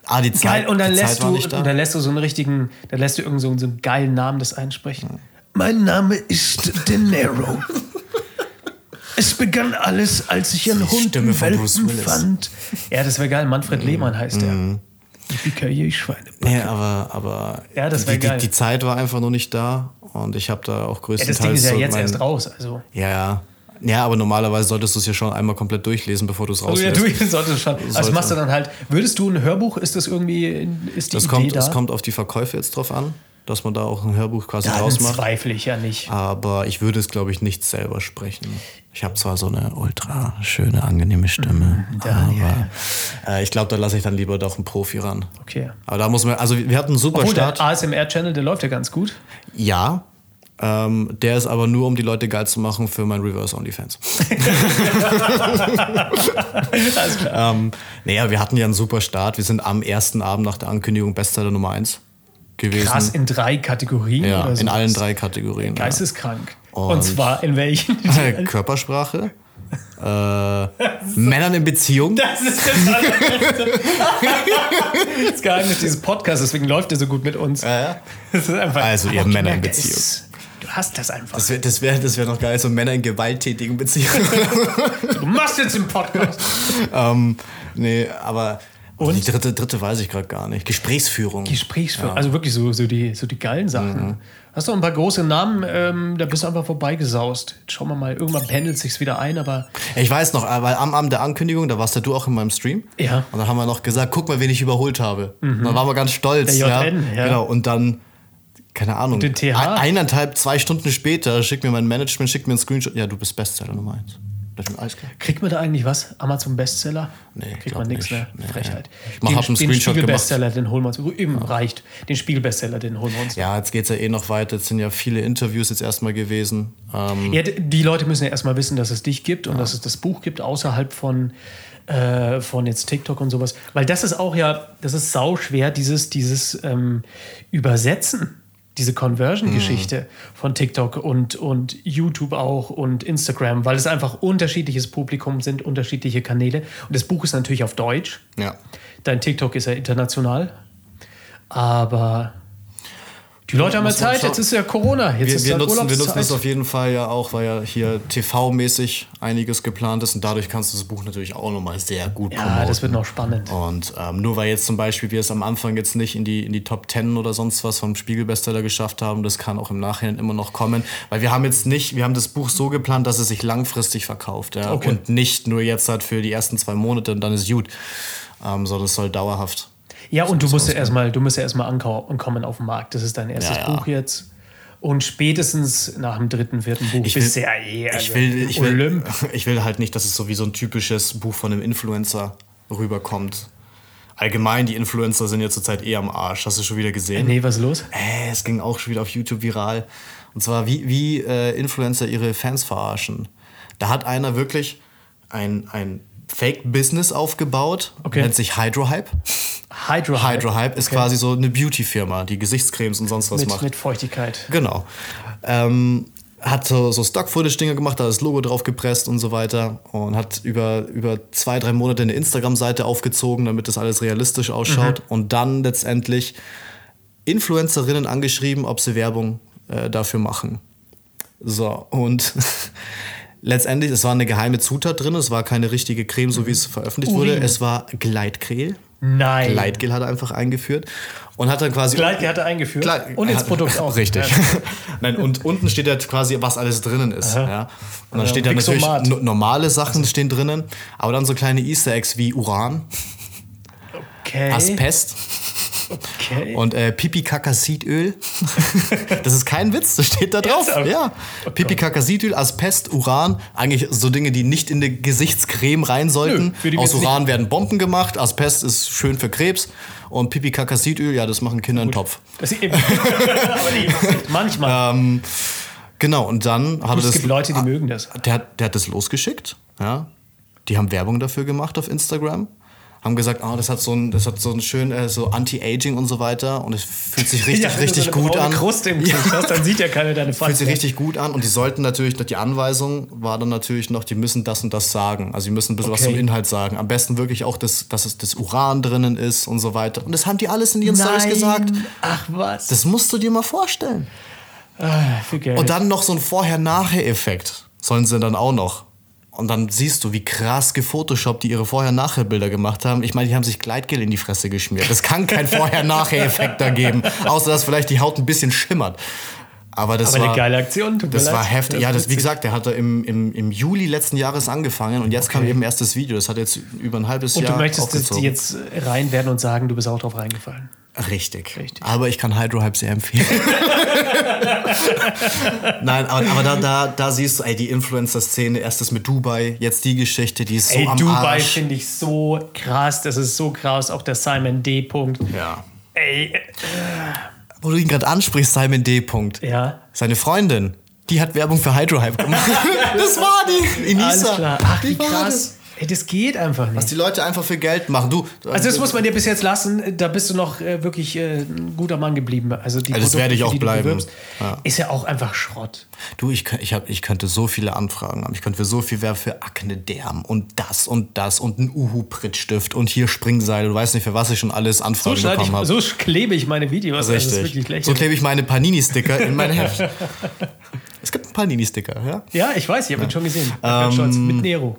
[SPEAKER 3] ah, die Zeit,
[SPEAKER 2] Geil, und dann
[SPEAKER 3] die
[SPEAKER 2] lässt
[SPEAKER 3] Zeit war
[SPEAKER 2] du,
[SPEAKER 3] nicht da.
[SPEAKER 2] und dann lässt du so einen richtigen, dann lässt du irgend so, einen- so einen geilen Namen das
[SPEAKER 3] Hm.
[SPEAKER 2] einsprechen. Mein Name ist De Niro. es begann alles, als ich einen
[SPEAKER 3] Die Stimme von Bruce Willis. Mhm.
[SPEAKER 2] Ja, das wäre geil. Manfred Lehmann heißt er. Yippie-ki-yay, Schweine.
[SPEAKER 3] Nee, aber, aber
[SPEAKER 2] Ja, das wär
[SPEAKER 3] die,
[SPEAKER 2] geil.
[SPEAKER 3] Die, die Zeit war einfach noch nicht da und ich habe da auch
[SPEAKER 2] Ja,
[SPEAKER 3] größtenteils.
[SPEAKER 2] das Ding ist ja
[SPEAKER 3] so
[SPEAKER 2] jetzt
[SPEAKER 3] mein-
[SPEAKER 2] erst raus. Also,
[SPEAKER 3] Ja, ja. Ja, aber normalerweise solltest du es ja schon einmal komplett durchlesen, bevor du es
[SPEAKER 2] also ja,
[SPEAKER 3] rauslässt.
[SPEAKER 2] du solltest schon. Also
[SPEAKER 3] Sollte.
[SPEAKER 2] machst du dann halt, würdest du ein Hörbuch, ist das irgendwie, ist die
[SPEAKER 3] das,
[SPEAKER 2] Idee
[SPEAKER 3] kommt,
[SPEAKER 2] da?
[SPEAKER 3] das kommt auf die Verkäufe jetzt drauf an, dass man da auch ein Hörbuch quasi
[SPEAKER 2] ja, dann
[SPEAKER 3] draus macht.
[SPEAKER 2] zweifle ich ja nicht.
[SPEAKER 3] Aber ich würde es, glaube ich, nicht selber sprechen. Ich habe zwar so eine ultra schöne, angenehme Stimme,
[SPEAKER 2] Mhm.
[SPEAKER 3] aber Äh, ich glaube, da lasse ich dann lieber doch einen Profi ran.
[SPEAKER 2] Okay.
[SPEAKER 3] Aber da muss man, also wir hatten einen super
[SPEAKER 2] Oh, der
[SPEAKER 3] Start.
[SPEAKER 2] ASMR-Channel, der läuft ja ganz gut.
[SPEAKER 3] Ja. Ähm, der ist aber nur, um die Leute geil zu machen für mein Reverse OnlyFans.
[SPEAKER 2] Alles klar.
[SPEAKER 3] Ähm, naja, wir hatten ja einen super Start. Wir sind am ersten Abend nach der Ankündigung Bestseller Nummer 1 gewesen.
[SPEAKER 2] Krass, in drei Kategorien
[SPEAKER 3] ja,
[SPEAKER 2] oder so.
[SPEAKER 3] in allen drei Kategorien. ja.
[SPEAKER 2] Geisteskrank. Und,
[SPEAKER 3] Und-
[SPEAKER 2] zwar in welchen?
[SPEAKER 3] Äh, Körpersprache. äh, Männern in Beziehung.
[SPEAKER 2] Das ist das allerletzte. Das Geheimnis dieses Podcasts, deswegen läuft der so gut mit uns. Das ist einfach,
[SPEAKER 3] Also, ihr
[SPEAKER 2] Aber ich
[SPEAKER 3] Männer in
[SPEAKER 2] merke
[SPEAKER 3] Beziehung.
[SPEAKER 2] es. Du hast das einfach.
[SPEAKER 3] Das wäre das wär, das wär noch geil, so Männer in gewalttätigen Beziehungen.
[SPEAKER 2] du machst jetzt den Podcast.
[SPEAKER 3] ähm, nee, aber die dritte, dritte weiß ich gerade gar nicht. Gesprächsführung.
[SPEAKER 2] Gesprächsführer, also wirklich so, so, die, so die geilen Sachen.
[SPEAKER 3] Mhm.
[SPEAKER 2] Hast du ein paar große Namen, ähm, da bist du einfach vorbeigesaust. Jetzt Schauen wir mal, irgendwann pendelt sich's wieder ein, aber
[SPEAKER 3] ich weiß noch, äh, weil am Abend der Ankündigung, da warst ja du auch in meinem Stream.
[SPEAKER 2] Ja. Mhm.
[SPEAKER 3] Und dann haben wir noch gesagt, guck mal, wen ich überholt habe. Und dann waren wir ganz stolz.
[SPEAKER 2] Der JN, ja.
[SPEAKER 3] Genau. Und dann, keine Ahnung,
[SPEAKER 2] den TH?
[SPEAKER 3] ein- eineinhalb, zwei Stunden später schickt mir mein Management, schickt mir einen Screenshot. Ja, du bist Bestseller Nummer eins. Das ist mir alles klar.
[SPEAKER 2] kriegt man da eigentlich was? Amazon Bestseller?
[SPEAKER 3] Nee,
[SPEAKER 2] kriegt
[SPEAKER 3] glaub
[SPEAKER 2] man nichts
[SPEAKER 3] nicht.
[SPEAKER 2] mehr.
[SPEAKER 3] Nee.
[SPEAKER 2] Frechheit.
[SPEAKER 3] Ich mach- hab einen
[SPEAKER 2] den
[SPEAKER 3] Screenshot gemacht.
[SPEAKER 2] Spiegel-Bestseller, den holen wir uns. Eben, reicht. Den Spiegel-Bestseller, den holen wir uns.
[SPEAKER 3] Ja, jetzt geht's ja eh noch weiter. Jetzt sind ja viele Interviews jetzt erstmal gewesen. Ähm,
[SPEAKER 2] Ja, d- die Leute müssen ja erstmal wissen, dass es dich gibt und dass es das Buch gibt, außerhalb von, äh, von jetzt TikTok und sowas. Weil das ist auch ja, das ist sau schwer, dieses, dieses ähm, Übersetzen. diese Conversion-Geschichte
[SPEAKER 3] Mhm.
[SPEAKER 2] von TikTok und, und YouTube auch und Instagram, weil es einfach unterschiedliches Publikum sind, unterschiedliche Kanäle. Und das Buch ist natürlich auf Deutsch.
[SPEAKER 3] Ja.
[SPEAKER 2] Dein TikTok ist ja international. Aber die Leute haben ja
[SPEAKER 3] Muss man
[SPEAKER 2] Zeit,
[SPEAKER 3] schauen.
[SPEAKER 2] jetzt ist ja Corona, jetzt
[SPEAKER 3] Wir,
[SPEAKER 2] ist
[SPEAKER 3] wir,
[SPEAKER 2] ja
[SPEAKER 3] nutzen, wir
[SPEAKER 2] Urlaubszeit.
[SPEAKER 3] nutzen das auf jeden Fall ja auch, weil ja hier TV-mäßig einiges geplant ist und dadurch kannst du das Buch natürlich auch nochmal sehr gut
[SPEAKER 2] ja,
[SPEAKER 3] promoten.
[SPEAKER 2] das wird noch spannend.
[SPEAKER 3] Und ähm, nur weil jetzt zum Beispiel wir es am Anfang jetzt nicht in die, in die Top 10 oder sonst was vom Spiegelbestseller geschafft haben, das kann auch im Nachhinein immer noch kommen. Weil wir haben jetzt nicht, wir haben das Buch so geplant, dass es sich langfristig verkauft. Ja?
[SPEAKER 2] Okay.
[SPEAKER 3] Und nicht nur jetzt halt für die ersten zwei Monate und dann ist gut. Ähm, sondern es soll dauerhaft.
[SPEAKER 2] Ja, und du
[SPEAKER 3] muss
[SPEAKER 2] musst ja
[SPEAKER 3] ausgehen.
[SPEAKER 2] erstmal, du musst ja erstmal ankau- ankommen auf dem Markt. Das ist dein erstes
[SPEAKER 3] ne? Ja, ja.
[SPEAKER 2] Buch jetzt. Und spätestens nach dem dritten, vierten Buch
[SPEAKER 3] Ich
[SPEAKER 2] bist du
[SPEAKER 3] will-
[SPEAKER 2] ja eh
[SPEAKER 3] ich,
[SPEAKER 2] also
[SPEAKER 3] will, ich, will,
[SPEAKER 2] Olymp.
[SPEAKER 3] ich will halt nicht, dass es so wie so ein typisches Buch von einem Influencer rüberkommt. Allgemein, die Influencer sind ja zurzeit eh am Arsch. Hast du schon wieder gesehen?
[SPEAKER 2] Nee, was ist los?
[SPEAKER 3] Äh, es ging auch schon wieder auf YouTube viral. Und zwar, wie, wie äh, Influencer ihre Fans verarschen. Da hat einer wirklich ein, ein Fake-Business aufgebaut,
[SPEAKER 2] Okay.
[SPEAKER 3] nennt sich Hydrohype.
[SPEAKER 2] Hydro
[SPEAKER 3] Hydrohype ist quasi so eine Beauty-Firma, die Gesichtscremes und sonst was
[SPEAKER 2] mit,
[SPEAKER 3] macht.
[SPEAKER 2] mit Feuchtigkeit.
[SPEAKER 3] Genau. Ähm, hat so, so Stock-Footage-Dinge gemacht, da das Logo drauf gepresst und so weiter. Und hat über, über zwei, drei Monate eine Instagram-Seite aufgezogen, damit das alles realistisch ausschaut.
[SPEAKER 2] Mhm.
[SPEAKER 3] Und dann letztendlich Influencerinnen angeschrieben, ob sie Werbung äh, dafür machen. So, und letztendlich, es war eine geheime Zutat drin, es war keine richtige Creme, so wie es veröffentlicht wurde.
[SPEAKER 2] Urin.
[SPEAKER 3] Es war Gleitgel.
[SPEAKER 2] Mhm. Nein.
[SPEAKER 3] Gleitgel hat er einfach eingeführt und hat dann quasi.
[SPEAKER 2] Gleitgel hat er eingeführt
[SPEAKER 3] Gleit-
[SPEAKER 2] und ins
[SPEAKER 3] hat-
[SPEAKER 2] Produkt auch.
[SPEAKER 3] Richtig.
[SPEAKER 2] Ja.
[SPEAKER 3] Nein, und unten steht ja quasi, was alles drinnen ist. Ja. Und dann
[SPEAKER 2] Ja, Also-
[SPEAKER 3] steht da natürlich
[SPEAKER 2] Mixomat.
[SPEAKER 3] no- normale Sachen stehen drinnen, aber dann so kleine Easter Eggs wie Uran,
[SPEAKER 2] Okay.
[SPEAKER 3] Asbest
[SPEAKER 2] okay.
[SPEAKER 3] und äh, Pipikakasidöl. das ist kein Witz, das steht da drauf.
[SPEAKER 2] Ernsthaft? Oh
[SPEAKER 3] Ja. Pipikakasidöl, Asbest, Uran, eigentlich so Dinge, die nicht in eine Gesichtscreme rein sollten.
[SPEAKER 2] Nö, für die
[SPEAKER 3] Aus
[SPEAKER 2] wissen
[SPEAKER 3] Uran werden Bomben gemacht, Asbest ist schön für Krebs und Pipikakasidöl, ja, das machen Kinder in den Topf.
[SPEAKER 2] Das ist eben. Aber die- Manchmal.
[SPEAKER 3] Genau, und dann hat er das.
[SPEAKER 2] es gibt Leute, die mögen das.
[SPEAKER 3] Der hat, der hat das losgeschickt, ja. Die haben Werbung dafür gemacht auf Instagram. Haben gesagt, ah, das hat so ein, das hat so ein schön, äh, so Anti-Aging und so weiter. Und es fühlt sich richtig,
[SPEAKER 2] Ja, wenn du
[SPEAKER 3] richtig
[SPEAKER 2] so eine
[SPEAKER 3] gut
[SPEAKER 2] braune
[SPEAKER 3] an.
[SPEAKER 2] Kruste im Gesicht hast, dann sieht ja keiner deine
[SPEAKER 3] Fühlt
[SPEAKER 2] Falte.
[SPEAKER 3] sich richtig gut an. Und die sollten natürlich, die Anweisung war dann natürlich noch, die müssen das und das sagen. Also die müssen ein bisschen was
[SPEAKER 2] Okay.
[SPEAKER 3] zum Inhalt sagen. Am besten wirklich auch, das, dass es das Uran drinnen ist und so weiter. Und das haben die alles in ihren Stories
[SPEAKER 2] Nein.
[SPEAKER 3] gesagt.
[SPEAKER 2] Ach was.
[SPEAKER 3] Das musst du dir mal vorstellen.
[SPEAKER 2] Für Geld.
[SPEAKER 3] Und dann noch so ein Vorher-Nachher-Effekt sollen sie dann auch noch. Und dann siehst du, wie krass gefotoshoppt die ihre Vorher-Nachher-Bilder gemacht haben. Ich meine, die haben sich Gleitgel in die Fresse geschmiert. Es kann kein Vorher-Nachher-Effekt da geben. Außer, dass vielleicht die Haut ein bisschen schimmert. Aber das
[SPEAKER 2] Aber
[SPEAKER 3] war...
[SPEAKER 2] eine geile Aktion. tut mir
[SPEAKER 3] Das
[SPEAKER 2] leid.
[SPEAKER 3] war heftig.
[SPEAKER 2] Das
[SPEAKER 3] Ja,
[SPEAKER 2] ist
[SPEAKER 3] das, wie
[SPEAKER 2] witzig.
[SPEAKER 3] gesagt, der hat da im, im, im Juli letzten Jahres angefangen und jetzt kam eben erst das Video. Das hat jetzt über ein halbes
[SPEAKER 2] Und
[SPEAKER 3] Jahr
[SPEAKER 2] du möchtest, dass die
[SPEAKER 3] aufgezogen.
[SPEAKER 2] jetzt rein werden und sagen, du bist auch drauf reingefallen.
[SPEAKER 3] Richtig.
[SPEAKER 2] Richtig.
[SPEAKER 3] Aber ich kann Hydrohype sehr empfehlen. Nein, aber, aber da, da, da siehst du, ey, die Influencer-Szene, erstes mit Dubai, jetzt die Geschichte, die ist so
[SPEAKER 2] Ey,
[SPEAKER 3] am
[SPEAKER 2] Dubai
[SPEAKER 3] Arsch.
[SPEAKER 2] finde ich so krass. Das ist so krass. Auch der Simon D. Punkt.
[SPEAKER 3] Ja.
[SPEAKER 2] Ey, äh,
[SPEAKER 3] Wo du ihn gerade ansprichst, Simon D. Punkt.
[SPEAKER 2] ja.
[SPEAKER 3] Seine Freundin, die hat Werbung für Hydrohype gemacht. das war die. Inisa.
[SPEAKER 2] Alles klar. Ach, wie
[SPEAKER 3] Die war
[SPEAKER 2] krass.
[SPEAKER 3] das.
[SPEAKER 2] Ey, das geht einfach
[SPEAKER 3] Was
[SPEAKER 2] nicht.
[SPEAKER 3] die Leute einfach für Geld machen. Du,
[SPEAKER 2] Also das muss man dir bis jetzt lassen. Da bist du noch äh, wirklich äh, ein guter Mann geblieben. Also die
[SPEAKER 3] Ja, das
[SPEAKER 2] Produkte,
[SPEAKER 3] werde ich
[SPEAKER 2] für
[SPEAKER 3] auch
[SPEAKER 2] die du
[SPEAKER 3] bleiben.
[SPEAKER 2] bewirbst,
[SPEAKER 3] Ja.
[SPEAKER 2] Ist ja auch einfach Schrott.
[SPEAKER 3] Du, ich, kö- ich, hab, ich könnte so viele Anfragen haben. Ich könnte für so viel Werbe für Akne Derm und das und das und einen Uhu-Prittstift und hier Springseil. Du weißt nicht, für was ich schon alles
[SPEAKER 2] So,
[SPEAKER 3] Anfragen
[SPEAKER 2] schneide
[SPEAKER 3] bekommen
[SPEAKER 2] ich,
[SPEAKER 3] habe.
[SPEAKER 2] so klebe ich meine Videos. Also Das ist wirklich
[SPEAKER 3] so
[SPEAKER 2] lächerlich.
[SPEAKER 3] klebe ich meine Panini-Sticker in mein Heft. Es gibt einen Panini-Sticker, ja? Ähm,
[SPEAKER 2] ja, ich weiß, ich habe ihn schon gesehen. Ich bin ganz stolz. Mit Nero.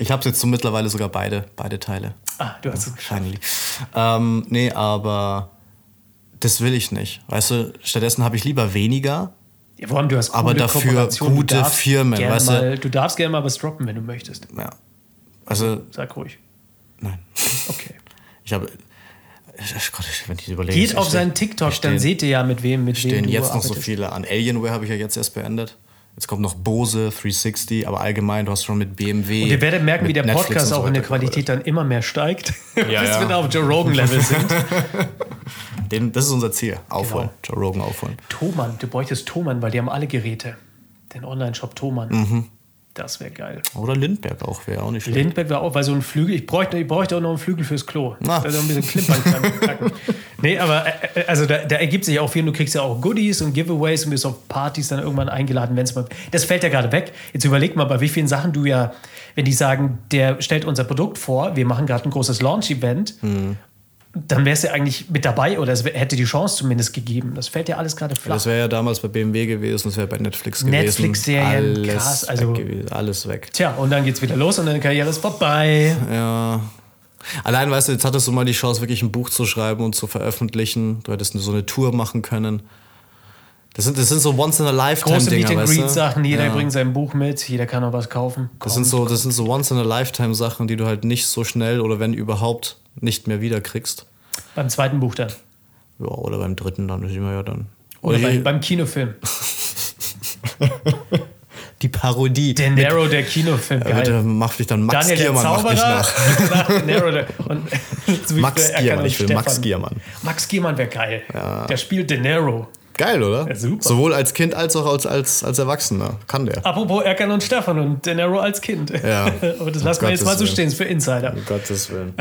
[SPEAKER 3] Ich habe jetzt so mittlerweile sogar beide, beide Teile.
[SPEAKER 2] Ah, du hast es
[SPEAKER 3] Finally. Ähm, nee, aber das will ich nicht. Weißt du, stattdessen habe ich lieber weniger.
[SPEAKER 2] Ja, vor allem, du hast
[SPEAKER 3] Aber
[SPEAKER 2] coole
[SPEAKER 3] dafür
[SPEAKER 2] Kooperationen.
[SPEAKER 3] gute Firmen,
[SPEAKER 2] gerne
[SPEAKER 3] weißt du?
[SPEAKER 2] Mal, du darfst gerne mal was droppen, wenn du möchtest.
[SPEAKER 3] Ja. Also,
[SPEAKER 2] Sag ruhig.
[SPEAKER 3] nein.
[SPEAKER 2] Okay.
[SPEAKER 3] Ich habe. Ach Gott, ich- wenn ich das überlege.
[SPEAKER 2] Geht
[SPEAKER 3] ich
[SPEAKER 2] auf
[SPEAKER 3] verstehe-
[SPEAKER 2] seinen TikTok,
[SPEAKER 3] verstehe-
[SPEAKER 2] dann seht ihr ja, mit wem, mit wem
[SPEAKER 3] stehen
[SPEAKER 2] du
[SPEAKER 3] jetzt noch so
[SPEAKER 2] arbeitest.
[SPEAKER 3] viele an. Alienware habe ich ja jetzt erst beendet. Jetzt kommt noch Bose, 360, aber allgemein, du hast schon mit BMW.
[SPEAKER 2] Und ihr werdet merken, wie
[SPEAKER 3] mit
[SPEAKER 2] der
[SPEAKER 3] Netflix
[SPEAKER 2] Podcast
[SPEAKER 3] und so
[SPEAKER 2] auch in der
[SPEAKER 3] weiter gearbeitet.
[SPEAKER 2] Qualität dann immer mehr steigt, bis
[SPEAKER 3] ja.
[SPEAKER 2] wir da auf Joe Rogan-Level sind.
[SPEAKER 3] Den, das ist unser
[SPEAKER 2] Genau.
[SPEAKER 3] Ziel. Aufholen. Joe Rogan aufholen.
[SPEAKER 2] Thomann, du bräuchtest Thomann, weil die haben alle Geräte. Den Online-Shop Thomann.
[SPEAKER 3] Mhm.
[SPEAKER 2] Das wäre geil.
[SPEAKER 3] Oder Lindberg auch, wäre auch nicht schlecht.
[SPEAKER 2] Lindberg wäre auch, weil so ein Flügel, ich bräuchte, ich bräuchte auch noch einen Flügel fürs Klo,
[SPEAKER 3] Ah.
[SPEAKER 2] dass er ein bisschen klimpern kann. kacken. Nee, aber äh, also da, da ergibt sich auch viel. Du kriegst ja auch Goodies und Giveaways und wirst auf Partys dann irgendwann eingeladen, wenn es mal. Das fällt ja gerade weg. Jetzt überleg mal, bei wie vielen Sachen du ja, wenn die sagen, der stellt unser Produkt vor, wir machen gerade ein großes Launch-Event,
[SPEAKER 3] Mhm.
[SPEAKER 2] dann wärst du ja eigentlich mit dabei oder es wär- hätte die Chance zumindest gegeben. Das fällt ja alles gerade flach.
[SPEAKER 3] Das wäre ja damals bei BMW gewesen, das wäre bei Netflix gewesen.
[SPEAKER 2] Netflix-Serien,
[SPEAKER 3] Alles
[SPEAKER 2] krass,
[SPEAKER 3] weg
[SPEAKER 2] also-
[SPEAKER 3] gewesen, alles weg.
[SPEAKER 2] Tja, und dann geht's wieder los und deine Karriere ist vorbei.
[SPEAKER 3] Ja. Allein, weißt du, jetzt hattest du mal die Chance, wirklich ein Buch zu schreiben und zu veröffentlichen. Du hättest so eine Tour machen können. Das sind, das sind so
[SPEAKER 2] Große Meet
[SPEAKER 3] Once-in-a-Lifetime-Dinger,
[SPEAKER 2] and
[SPEAKER 3] weißt du?
[SPEAKER 2] Greet-Sachen, jeder
[SPEAKER 3] ja.
[SPEAKER 2] bringt sein Buch mit, jeder kann auch was kaufen.
[SPEAKER 3] Das sind so, das sind so Once-in-a-Lifetime-Sachen, die du halt nicht so schnell oder wenn überhaupt nicht mehr wiederkriegst.
[SPEAKER 2] Beim zweiten Buch dann.
[SPEAKER 3] Ja, oder beim dritten dann, das sehen wir ja dann.
[SPEAKER 2] Oder bei, beim Kinofilm.
[SPEAKER 3] die Parodie.
[SPEAKER 2] Der Narrow, der Kinofilm.
[SPEAKER 3] Ja, bitte
[SPEAKER 2] Geil.
[SPEAKER 3] mach dich dann Max
[SPEAKER 2] Daniel der
[SPEAKER 3] Giermann, mach
[SPEAKER 2] Zauberer.
[SPEAKER 3] mich nach.
[SPEAKER 2] nach De Niro, der, und, so wie
[SPEAKER 3] Max
[SPEAKER 2] früher Erkan
[SPEAKER 3] Giermann,
[SPEAKER 2] und
[SPEAKER 3] ich will Max
[SPEAKER 2] Stefan.
[SPEAKER 3] Giermann.
[SPEAKER 2] Max Giermann wäre geil. Der spielt De Niro.
[SPEAKER 3] Geil, oder?
[SPEAKER 2] Ja, super. Oh,
[SPEAKER 3] Sowohl als Kind als auch als, als, als Erwachsener. Kann der.
[SPEAKER 2] Apropos Erkan und Stefan und De Niro als Kind.
[SPEAKER 3] Ja. Oh
[SPEAKER 2] Aber das lassen wir jetzt
[SPEAKER 3] Gottes
[SPEAKER 2] mal so
[SPEAKER 3] Willen.
[SPEAKER 2] stehen, ist für Insider.
[SPEAKER 3] Um Gottes Willen.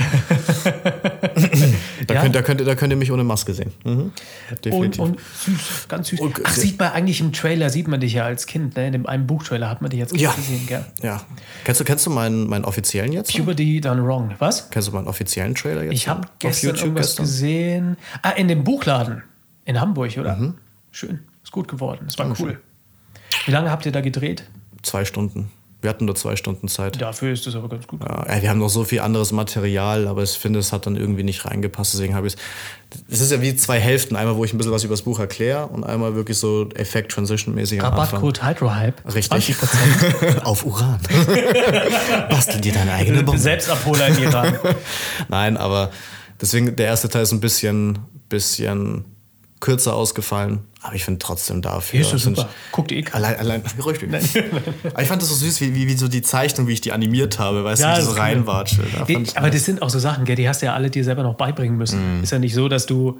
[SPEAKER 3] da,
[SPEAKER 2] Ja.
[SPEAKER 3] könnt, da, könnt, ihr- da könnt ihr mich ohne Maske sehen. Mhm.
[SPEAKER 2] Und,
[SPEAKER 3] Definitiv.
[SPEAKER 2] und süß, ganz süß.
[SPEAKER 3] Und-
[SPEAKER 2] Ach, sieht man eigentlich im Trailer, sieht man dich ja als Kind, ne? In dem einen Buchtrailer hat man dich jetzt kurz
[SPEAKER 3] ja.
[SPEAKER 2] gesehen, gell?
[SPEAKER 3] ja. Kennst du, kennst du meinen, meinen offiziellen jetzt?
[SPEAKER 2] Puberty done wrong. Was?
[SPEAKER 3] Kennst du meinen offiziellen Trailer jetzt?
[SPEAKER 2] Ich habe
[SPEAKER 3] auf
[SPEAKER 2] gestern
[SPEAKER 3] YouTube
[SPEAKER 2] irgendwas
[SPEAKER 3] gestern?
[SPEAKER 2] gesehen. Ah, in dem Buchladen in Hamburg, oder?
[SPEAKER 3] Mhm.
[SPEAKER 2] Schön. Ist gut geworden. Es war cool. Wie lange habt ihr da gedreht?
[SPEAKER 3] Zwei Stunden. Wir hatten nur zwei Stunden Zeit.
[SPEAKER 2] Dafür ist das aber ganz gut.
[SPEAKER 3] Ja, ey, wir haben noch so viel anderes Material, aber ich finde, es hat dann irgendwie nicht reingepasst. Deswegen habe ich es. Es ist ja wie zwei Hälften. Einmal, wo ich ein bisschen was über das Buch erkläre und einmal wirklich so Effekt-Transition-mäßig
[SPEAKER 2] Ah,
[SPEAKER 3] am Anfang.
[SPEAKER 2] Rabattcode Hydrohype.
[SPEAKER 3] Richtig.
[SPEAKER 2] 20%
[SPEAKER 3] Auf Uran. Bastel dir deine eigene Bombe.
[SPEAKER 2] Selbstabholer in Iran.
[SPEAKER 3] Äh, Nein, aber deswegen, der erste Teil ist ein bisschen, bisschen kürzer ausgefallen. Aber ich finde trotzdem dafür.
[SPEAKER 2] Ist doch
[SPEAKER 3] sind-
[SPEAKER 2] super. Guckt eh keiner.
[SPEAKER 3] Allein, allein, ruhig bin. Aber ich fand das so süß, wie, wie, wie so die Zeichnung, wie ich die animiert habe, weißt
[SPEAKER 2] Ja,
[SPEAKER 3] du, wie
[SPEAKER 2] das
[SPEAKER 3] die so
[SPEAKER 2] ist cool.
[SPEAKER 3] reinwatsche. Da
[SPEAKER 2] Die-
[SPEAKER 3] fand ich-
[SPEAKER 2] Aber das sind auch so Sachen, gell, die hast du ja alle dir selber noch beibringen
[SPEAKER 3] Mhm.
[SPEAKER 2] müssen. Ist ja nicht so, dass du.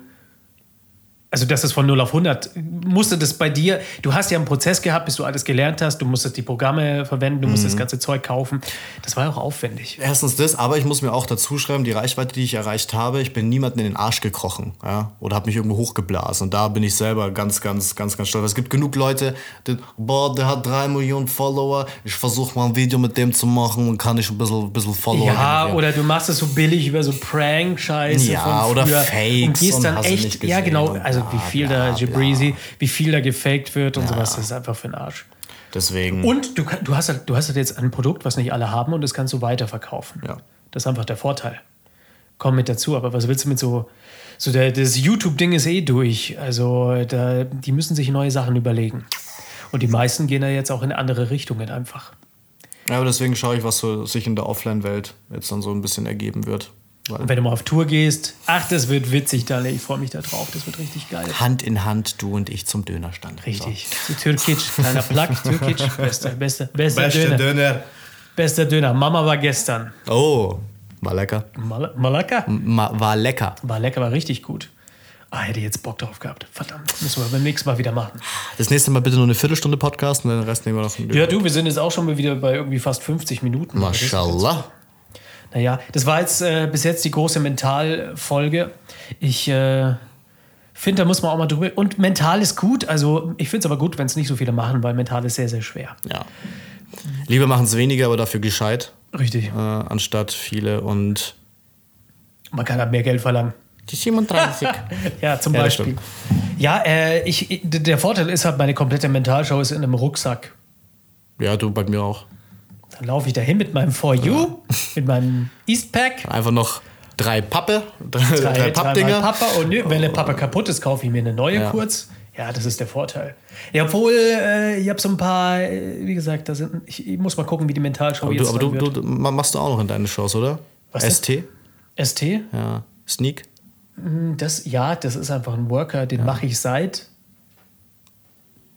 [SPEAKER 2] Also, dass es von 0 auf 100 musste das bei dir. Du hast ja einen Prozess gehabt, bis du alles gelernt hast. Du musstest die Programme verwenden, du
[SPEAKER 3] Mhm.
[SPEAKER 2] musstest das ganze Zeug kaufen. Das war ja auch aufwendig.
[SPEAKER 3] Erstens das, aber ich muss mir auch dazu schreiben, die Reichweite, die ich erreicht habe, ich bin niemanden in den Arsch gekrochen ja? oder habe mich irgendwo hochgeblasen. Und da bin ich selber ganz, ganz, ganz, ganz stolz. Es gibt genug Leute, die, boah, der hat drei Millionen Follower, ich versuche mal ein Video mit dem zu machen und kann ich ein bisschen, bisschen Follower
[SPEAKER 2] Ja,
[SPEAKER 3] generieren.
[SPEAKER 2] oder du machst es so billig über so Prank-Scheiße.
[SPEAKER 3] Ja,
[SPEAKER 2] von früher
[SPEAKER 3] oder Fakes
[SPEAKER 2] Und gehst
[SPEAKER 3] und
[SPEAKER 2] dann
[SPEAKER 3] hast du
[SPEAKER 2] echt.
[SPEAKER 3] nicht
[SPEAKER 2] ja,
[SPEAKER 3] gesehen
[SPEAKER 2] genau.
[SPEAKER 3] und
[SPEAKER 2] Also, wie
[SPEAKER 3] bla,
[SPEAKER 2] viel
[SPEAKER 3] bla,
[SPEAKER 2] da Jabrizi, wie viel da gefaked wird und sowas. Das ist einfach für den Arsch.
[SPEAKER 3] Deswegen.
[SPEAKER 2] Und du, kann- du, hast, halt- du hast halt jetzt ein Produkt, was nicht alle haben und das kannst du weiterverkaufen.
[SPEAKER 3] Ja.
[SPEAKER 2] Das ist einfach der Vorteil. Komm mit dazu, aber was willst du mit so. So, der, das YouTube-Ding ist eh durch. Also, da, die müssen sich neue Sachen überlegen. Und die meisten gehen da jetzt auch in andere Richtungen einfach.
[SPEAKER 3] ja, aber deswegen schaue ich, was so sich in der Offline-Welt jetzt dann so ein bisschen ergeben wird. Weil
[SPEAKER 2] Und wenn du mal auf Tour gehst, ach, das wird witzig, Dalle. Ich freue mich da drauf. Das wird richtig geil.
[SPEAKER 3] Hand in Hand, du und ich zum Dönerstand.
[SPEAKER 2] Richtig. So. Türkisch, kleiner Plug, Türkisch. Bester, bester, bester,
[SPEAKER 3] Beste
[SPEAKER 2] Döner.
[SPEAKER 3] Döner.
[SPEAKER 2] Bester Döner. Mama war gestern.
[SPEAKER 3] Oh, war lecker.
[SPEAKER 2] Mal Malaka?
[SPEAKER 3] Ma, war lecker.
[SPEAKER 2] War lecker, war richtig gut. Ah, hätte jetzt Bock drauf gehabt. Verdammt, müssen wir beim nächsten Mal wieder machen.
[SPEAKER 3] Das nächste Mal bitte nur eine Viertelstunde Podcast und den Rest nehmen wir noch ein
[SPEAKER 2] Ja, du, wir sind jetzt auch schon mal wieder bei irgendwie fast 50 Minuten.
[SPEAKER 3] Mashallah.
[SPEAKER 2] Naja, das war jetzt äh, bis jetzt die große Mentalfolge. Ich äh, finde, da muss man auch mal drüber. Und mental ist gut. Also, ich finde es aber gut, wenn es nicht so viele machen, weil mental ist sehr, sehr schwer.
[SPEAKER 3] Ja. Lieber machen es weniger, aber dafür gescheit,
[SPEAKER 2] Richtig.
[SPEAKER 3] äh, anstatt viele und.
[SPEAKER 2] Man kann halt mehr Geld verlangen.
[SPEAKER 3] Die 37.
[SPEAKER 2] Ja, zum
[SPEAKER 3] Ja, das
[SPEAKER 2] Beispiel. Ja, äh, ich, ich- d- der Vorteil ist halt, meine komplette Mentalshow ist in einem Rucksack.
[SPEAKER 3] ja, du bei mir auch.
[SPEAKER 2] Dann laufe ich dahin mit meinem For You, mit meinem Eastpack.
[SPEAKER 3] Einfach noch drei Pappe, drei, Äh, drei,
[SPEAKER 2] drei,
[SPEAKER 3] Pappdinger.
[SPEAKER 2] dreimal Papa und nö, wenn eine Pappe kaputt ist, kaufe ich mir eine neue
[SPEAKER 3] Ja.
[SPEAKER 2] kurz. Ja, das ist der Vorteil. Ja, obwohl, äh, ich habe so ein paar, äh, wie gesagt, da sind, ich, ich muss mal gucken, wie die Mentalschau
[SPEAKER 3] aber
[SPEAKER 2] jetzt
[SPEAKER 3] du, aber du,
[SPEAKER 2] sein wird.
[SPEAKER 3] du ma- machst du auch noch in deine Shows, oder?
[SPEAKER 2] Was denn?
[SPEAKER 3] ST?
[SPEAKER 2] ST,
[SPEAKER 3] Ja. Sneak?
[SPEAKER 2] Hm, das, ja, das ist einfach ein Worker, den mache ich seit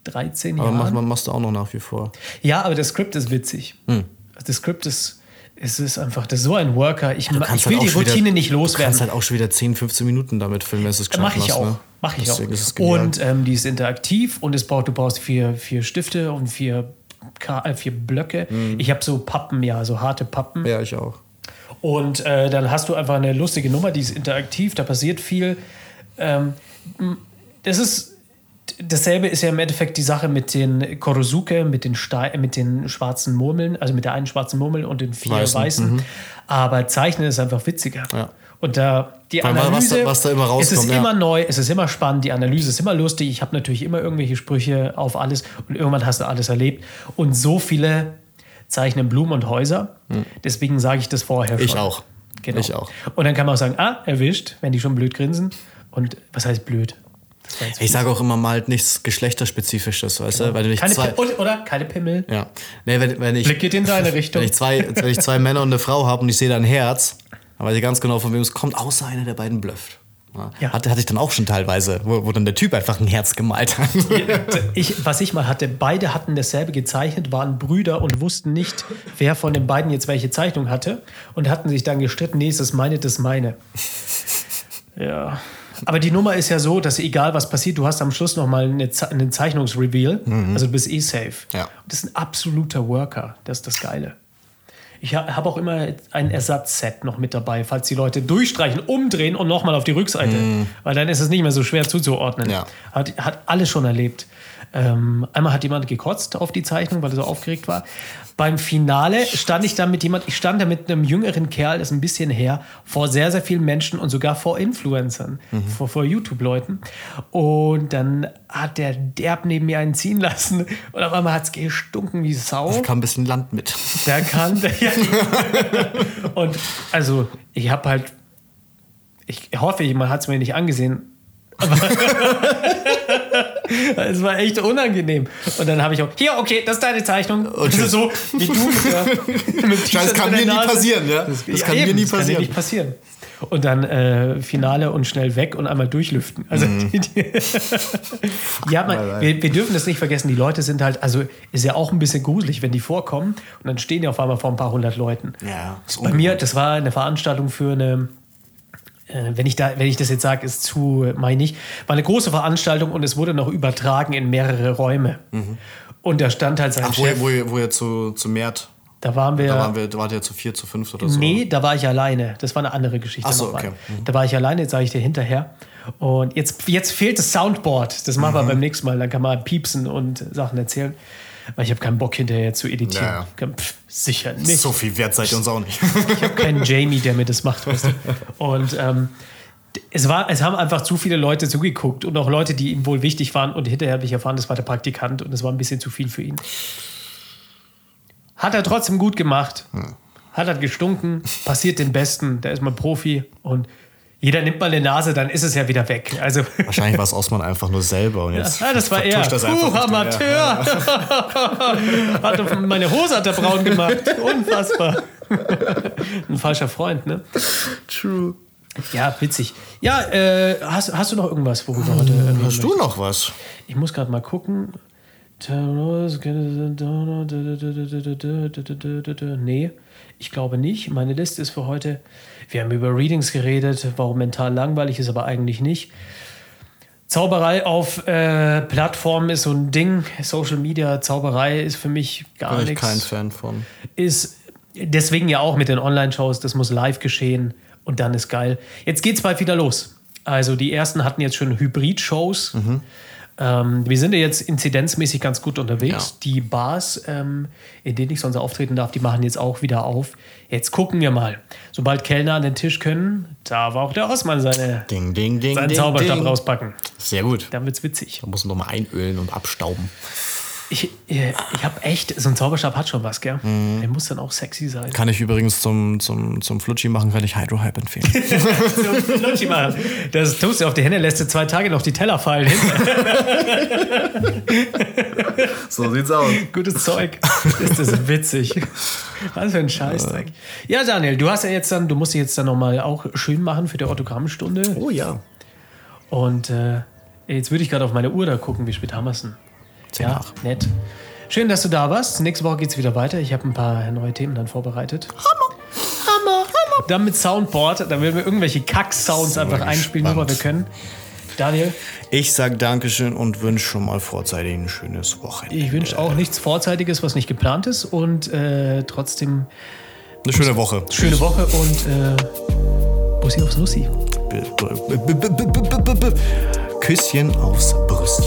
[SPEAKER 2] 13
[SPEAKER 3] Aber
[SPEAKER 2] Jahren.
[SPEAKER 3] mach, ma- machst du auch noch nach wie vor.
[SPEAKER 2] Ja, aber das Skript ist witzig.
[SPEAKER 3] Hm.
[SPEAKER 2] Also Das Skript ist, es ist einfach, das ist so ein Worker. Ich, ma- ich
[SPEAKER 3] halt
[SPEAKER 2] will
[SPEAKER 3] auch
[SPEAKER 2] die
[SPEAKER 3] schon wieder-
[SPEAKER 2] Routine nicht
[SPEAKER 3] Du kannst
[SPEAKER 2] loswerden.
[SPEAKER 3] halt auch schon wieder 10, 15 Minuten damit filmen, wenn du es geschafft
[SPEAKER 2] Mache ich
[SPEAKER 3] hast,
[SPEAKER 2] auch.
[SPEAKER 3] Ne?
[SPEAKER 2] Mache ich auch.
[SPEAKER 3] Deswegen Ist es genial.
[SPEAKER 2] Und ähm, die ist interaktiv und es braucht, du brauchst vier, vier Stifte und vier, Ka- äh, vier Blöcke.
[SPEAKER 3] Hm.
[SPEAKER 2] Ich habe so Pappen, ja, so harte Pappen.
[SPEAKER 3] ja, ich auch.
[SPEAKER 2] äh, Und äh, dann hast du einfach eine lustige Nummer, die ist interaktiv, da passiert viel. Ähm, das ist dasselbe ist ja im Endeffekt die Sache mit den Korosuke, mit den, Ste mit den schwarzen Murmeln, also mit der einen schwarzen Murmel und den vier weißen.
[SPEAKER 3] Weißen, mhm.
[SPEAKER 2] Aber Zeichnen ist einfach witziger.
[SPEAKER 3] Ja.
[SPEAKER 2] Und da die
[SPEAKER 3] Weil man- was da-
[SPEAKER 2] Analyse,
[SPEAKER 3] was da immer
[SPEAKER 2] es ist
[SPEAKER 3] rauskommt, ja.
[SPEAKER 2] immer neu, es ist immer spannend, die Analyse ist immer lustig. Ich habe natürlich immer irgendwelche Sprüche auf alles und irgendwann hast du alles erlebt. Und so viele zeichnen Blumen und Häuser. Deswegen sage ich das vorher schon.
[SPEAKER 3] Hm. Ich auch.
[SPEAKER 2] Genau.
[SPEAKER 3] Ich auch.
[SPEAKER 2] Und dann kann man auch sagen, ah, erwischt, wenn die schon blöd grinsen. Und was heißt blöd? Das war jetzt
[SPEAKER 3] Ich sage auch immer mal halt nichts Geschlechterspezifisches, weißt du? Weil du nicht
[SPEAKER 2] keine
[SPEAKER 3] zwei,
[SPEAKER 2] Pi- und, oder? Keine Pimmel.
[SPEAKER 3] Ja. Nee, wenn, wenn ich,
[SPEAKER 2] Blick geht in deine Richtung.
[SPEAKER 3] Wenn ich zwei, wenn ich zwei Männer und eine Frau habe und ich sehe da ein Herz, dann weiß ich ganz genau, von wem es kommt, außer einer der beiden blöfft. Ja.
[SPEAKER 2] Ja.
[SPEAKER 3] Hatte, hatte ich dann auch schon teilweise, wo, wo dann der Typ einfach ein Herz gemalt hat.
[SPEAKER 2] Ich, was ich mal hatte, beide hatten dasselbe gezeichnet, waren Brüder und wussten nicht, wer von den beiden jetzt welche Zeichnung hatte und hatten sich dann gestritten, nee, ist das meine, das ist meine. Ja. Aber die Nummer ist ja so, dass egal was passiert, du hast am Schluss nochmal eine Ze einen Zeichnungsreveal. Also du bist eh safe.
[SPEAKER 3] Mhm. Ja.
[SPEAKER 2] Das ist ein absoluter Worker. Das ist das Geile. Ich ha- habe auch immer ein Ersatzset noch mit dabei, falls die Leute durchstreichen, umdrehen und nochmal auf die Rückseite. Weil dann ist es nicht mehr so schwer zuzuordnen.
[SPEAKER 3] Mhm. Ja.
[SPEAKER 2] Hat, hat alles schon erlebt. Ähm, einmal hat jemand gekotzt auf die Zeichnung, weil er so aufgeregt war. Beim Finale stand ich dann mit jemand, ich stand da mit einem jüngeren Kerl, das ist ein bisschen her, vor sehr, sehr vielen Menschen und sogar vor Influencern, vor, vor YouTube-Leuten. Und dann hat der Derb neben mir einen ziehen lassen und auf einmal hat es gestunken wie Sau.
[SPEAKER 3] Kam ein bisschen Land mit.
[SPEAKER 2] Da kam der. Ja. Und also, ich habe halt. Ich hoffe, jemand hat es mir nicht angesehen. Aber es war echt unangenehm. Und dann habe ich auch, hier, okay, das ist deine Zeichnung. Also so wie du. Ja, mit T-Shirt
[SPEAKER 3] Das kann
[SPEAKER 2] in der
[SPEAKER 3] mir nie
[SPEAKER 2] Nase.
[SPEAKER 3] passieren, ja? Das kann mir nie
[SPEAKER 2] Das kann dir
[SPEAKER 3] passieren.
[SPEAKER 2] nicht passieren. Und dann äh, Finale und schnell weg und einmal durchlüften. Also,
[SPEAKER 3] Mhm.
[SPEAKER 2] die, die, ja, man,
[SPEAKER 3] rein.
[SPEAKER 2] wir, wir dürfen das nicht vergessen. Die Leute sind halt, also ist ja auch ein bisschen gruselig, wenn die vorkommen und dann stehen die auf einmal vor ein paar hundert Leuten.
[SPEAKER 3] Ja, ist
[SPEAKER 2] Bei mir, das war eine Veranstaltung für eine, äh, wenn ich, da, wenn ich das jetzt sage, ist zu, äh, meine ich, war eine große Veranstaltung und es wurde noch übertragen in mehrere Räume. Und da stand halt sein
[SPEAKER 3] Mhm. Ach, wo,
[SPEAKER 2] Chef.
[SPEAKER 3] ihr- wo, ihr- wo ihr zu, zu Mert,
[SPEAKER 2] Da waren wir,
[SPEAKER 3] da waren wir, da wart ihr zu vier, zu fünf oder so.
[SPEAKER 2] Nee, da war ich alleine. Das war eine andere Geschichte.
[SPEAKER 3] Ach so,
[SPEAKER 2] nochmal.
[SPEAKER 3] okay. Mhm.
[SPEAKER 2] Da war ich alleine, jetzt sage ich dir hinterher. Und jetzt, jetzt fehlt das Soundboard. Das
[SPEAKER 3] Mhm.
[SPEAKER 2] machen wir beim nächsten Mal. Dann kann man piepsen und Sachen erzählen. Weil ich habe keinen Bock hinterher jetzt zu editieren.
[SPEAKER 3] Ja,
[SPEAKER 2] Pff, sicher nicht.
[SPEAKER 3] So viel wert seid ihr uns auch nicht.
[SPEAKER 2] Ich habe keinen Jamie, der mir das macht. Weißt du? Und ähm, d- es, war, es haben einfach zu viele Leute zugeguckt und auch Leute, die ihm wohl wichtig waren. Und hinterher habe ich erfahren, das war der Praktikant und das war ein bisschen zu viel für ihn. Hat er trotzdem gut gemacht. Hat er gestunken. Passiert den Besten. Da ist man Profi. Und jeder nimmt mal eine Nase, dann ist es ja wieder weg. Also.
[SPEAKER 3] Wahrscheinlich war es Osman einfach nur selber. Und jetzt
[SPEAKER 2] Ah, das war er.
[SPEAKER 3] vertuscht das einfach
[SPEAKER 2] uh,
[SPEAKER 3] nicht mehr.
[SPEAKER 2] Amateur. hat auf meine Hose hat er braun gemacht. Unfassbar. Ein falscher Freund, ne?
[SPEAKER 3] True.
[SPEAKER 2] Ja, witzig. Ja, äh, hast, hast du noch irgendwas, worüber heute äh, reden
[SPEAKER 3] Hast du noch was?
[SPEAKER 2] möchtest? Ich muss gerade mal gucken. Nee, ich glaube nicht. Meine Liste ist für heute. Wir haben über Readings geredet, warum mental langweilig ist, aber eigentlich nicht. Zauberei auf äh, Plattformen ist so ein Ding. Social Media Zauberei ist für mich gar
[SPEAKER 3] Bin ich
[SPEAKER 2] nichts
[SPEAKER 3] kein Fan von.
[SPEAKER 2] ist deswegen ja auch mit den Online-Shows, das muss live geschehen und dann ist geil. Jetzt geht's bald wieder los. Also die ersten hatten jetzt schon Hybrid-Shows. Ähm, wir sind ja jetzt inzidenzmäßig ganz gut unterwegs.
[SPEAKER 3] Ja.
[SPEAKER 2] Die Bars, ähm, in denen ich sonst auftreten darf, die machen jetzt auch wieder auf. Jetzt gucken wir mal. Sobald Kellner an den Tisch können, da war auch der Osman seine,
[SPEAKER 3] Ding, ding, ding.
[SPEAKER 2] seinen
[SPEAKER 3] ding,
[SPEAKER 2] Zauberstab
[SPEAKER 3] ding.
[SPEAKER 2] rauspacken.
[SPEAKER 3] Sehr gut.
[SPEAKER 2] Dann wird's witzig.
[SPEAKER 3] Da muss man nochmal einölen und abstauben.
[SPEAKER 2] Ich, äh, ich habe echt, so ein Zauberstab hat schon was, gell? Der muss dann auch sexy sein.
[SPEAKER 3] Kann ich übrigens zum, zum, zum Flutschi machen, kann ich Hydro Hype empfehlen.
[SPEAKER 2] Lutschi machen. Das tust du auf die Hände, lässt du zwei Tage noch die Teller fallen.
[SPEAKER 3] so sieht's aus.
[SPEAKER 2] Gutes Zeug. Ist das witzig. Was für ein Scheißdreck. Ja, Daniel, du hast ja jetzt dann, du musst dich jetzt dann nochmal auch schön machen für die Autogrammstunde.
[SPEAKER 3] Oh ja.
[SPEAKER 2] Und äh, jetzt würde ich gerade auf meine Uhr da gucken, wie spät haben wir es denn?
[SPEAKER 3] Zehn
[SPEAKER 2] Ja,
[SPEAKER 3] nach.
[SPEAKER 2] nett. Schön, dass du da warst. Nächste Woche geht's wieder weiter. Ich habe ein paar neue Themen dann vorbereitet.
[SPEAKER 3] Hammer, Hammer.
[SPEAKER 2] Dann mit Soundboard, dann werden wir irgendwelche Kack-Sounds einfach einspielen, nur weil wir können. Daniel,
[SPEAKER 3] Ich sag Dankeschön und wünsche schon mal vorzeitig ein schönes Wochenende.
[SPEAKER 2] Ich wünsche auch nichts Vorzeitiges, was nicht geplant ist und äh, trotzdem
[SPEAKER 3] Eine schöne Woche.
[SPEAKER 2] schöne Woche und äh, Bussi aufs Nussi.
[SPEAKER 3] B- B- B- B- B- B- B- Küsschen aufs Brüssel.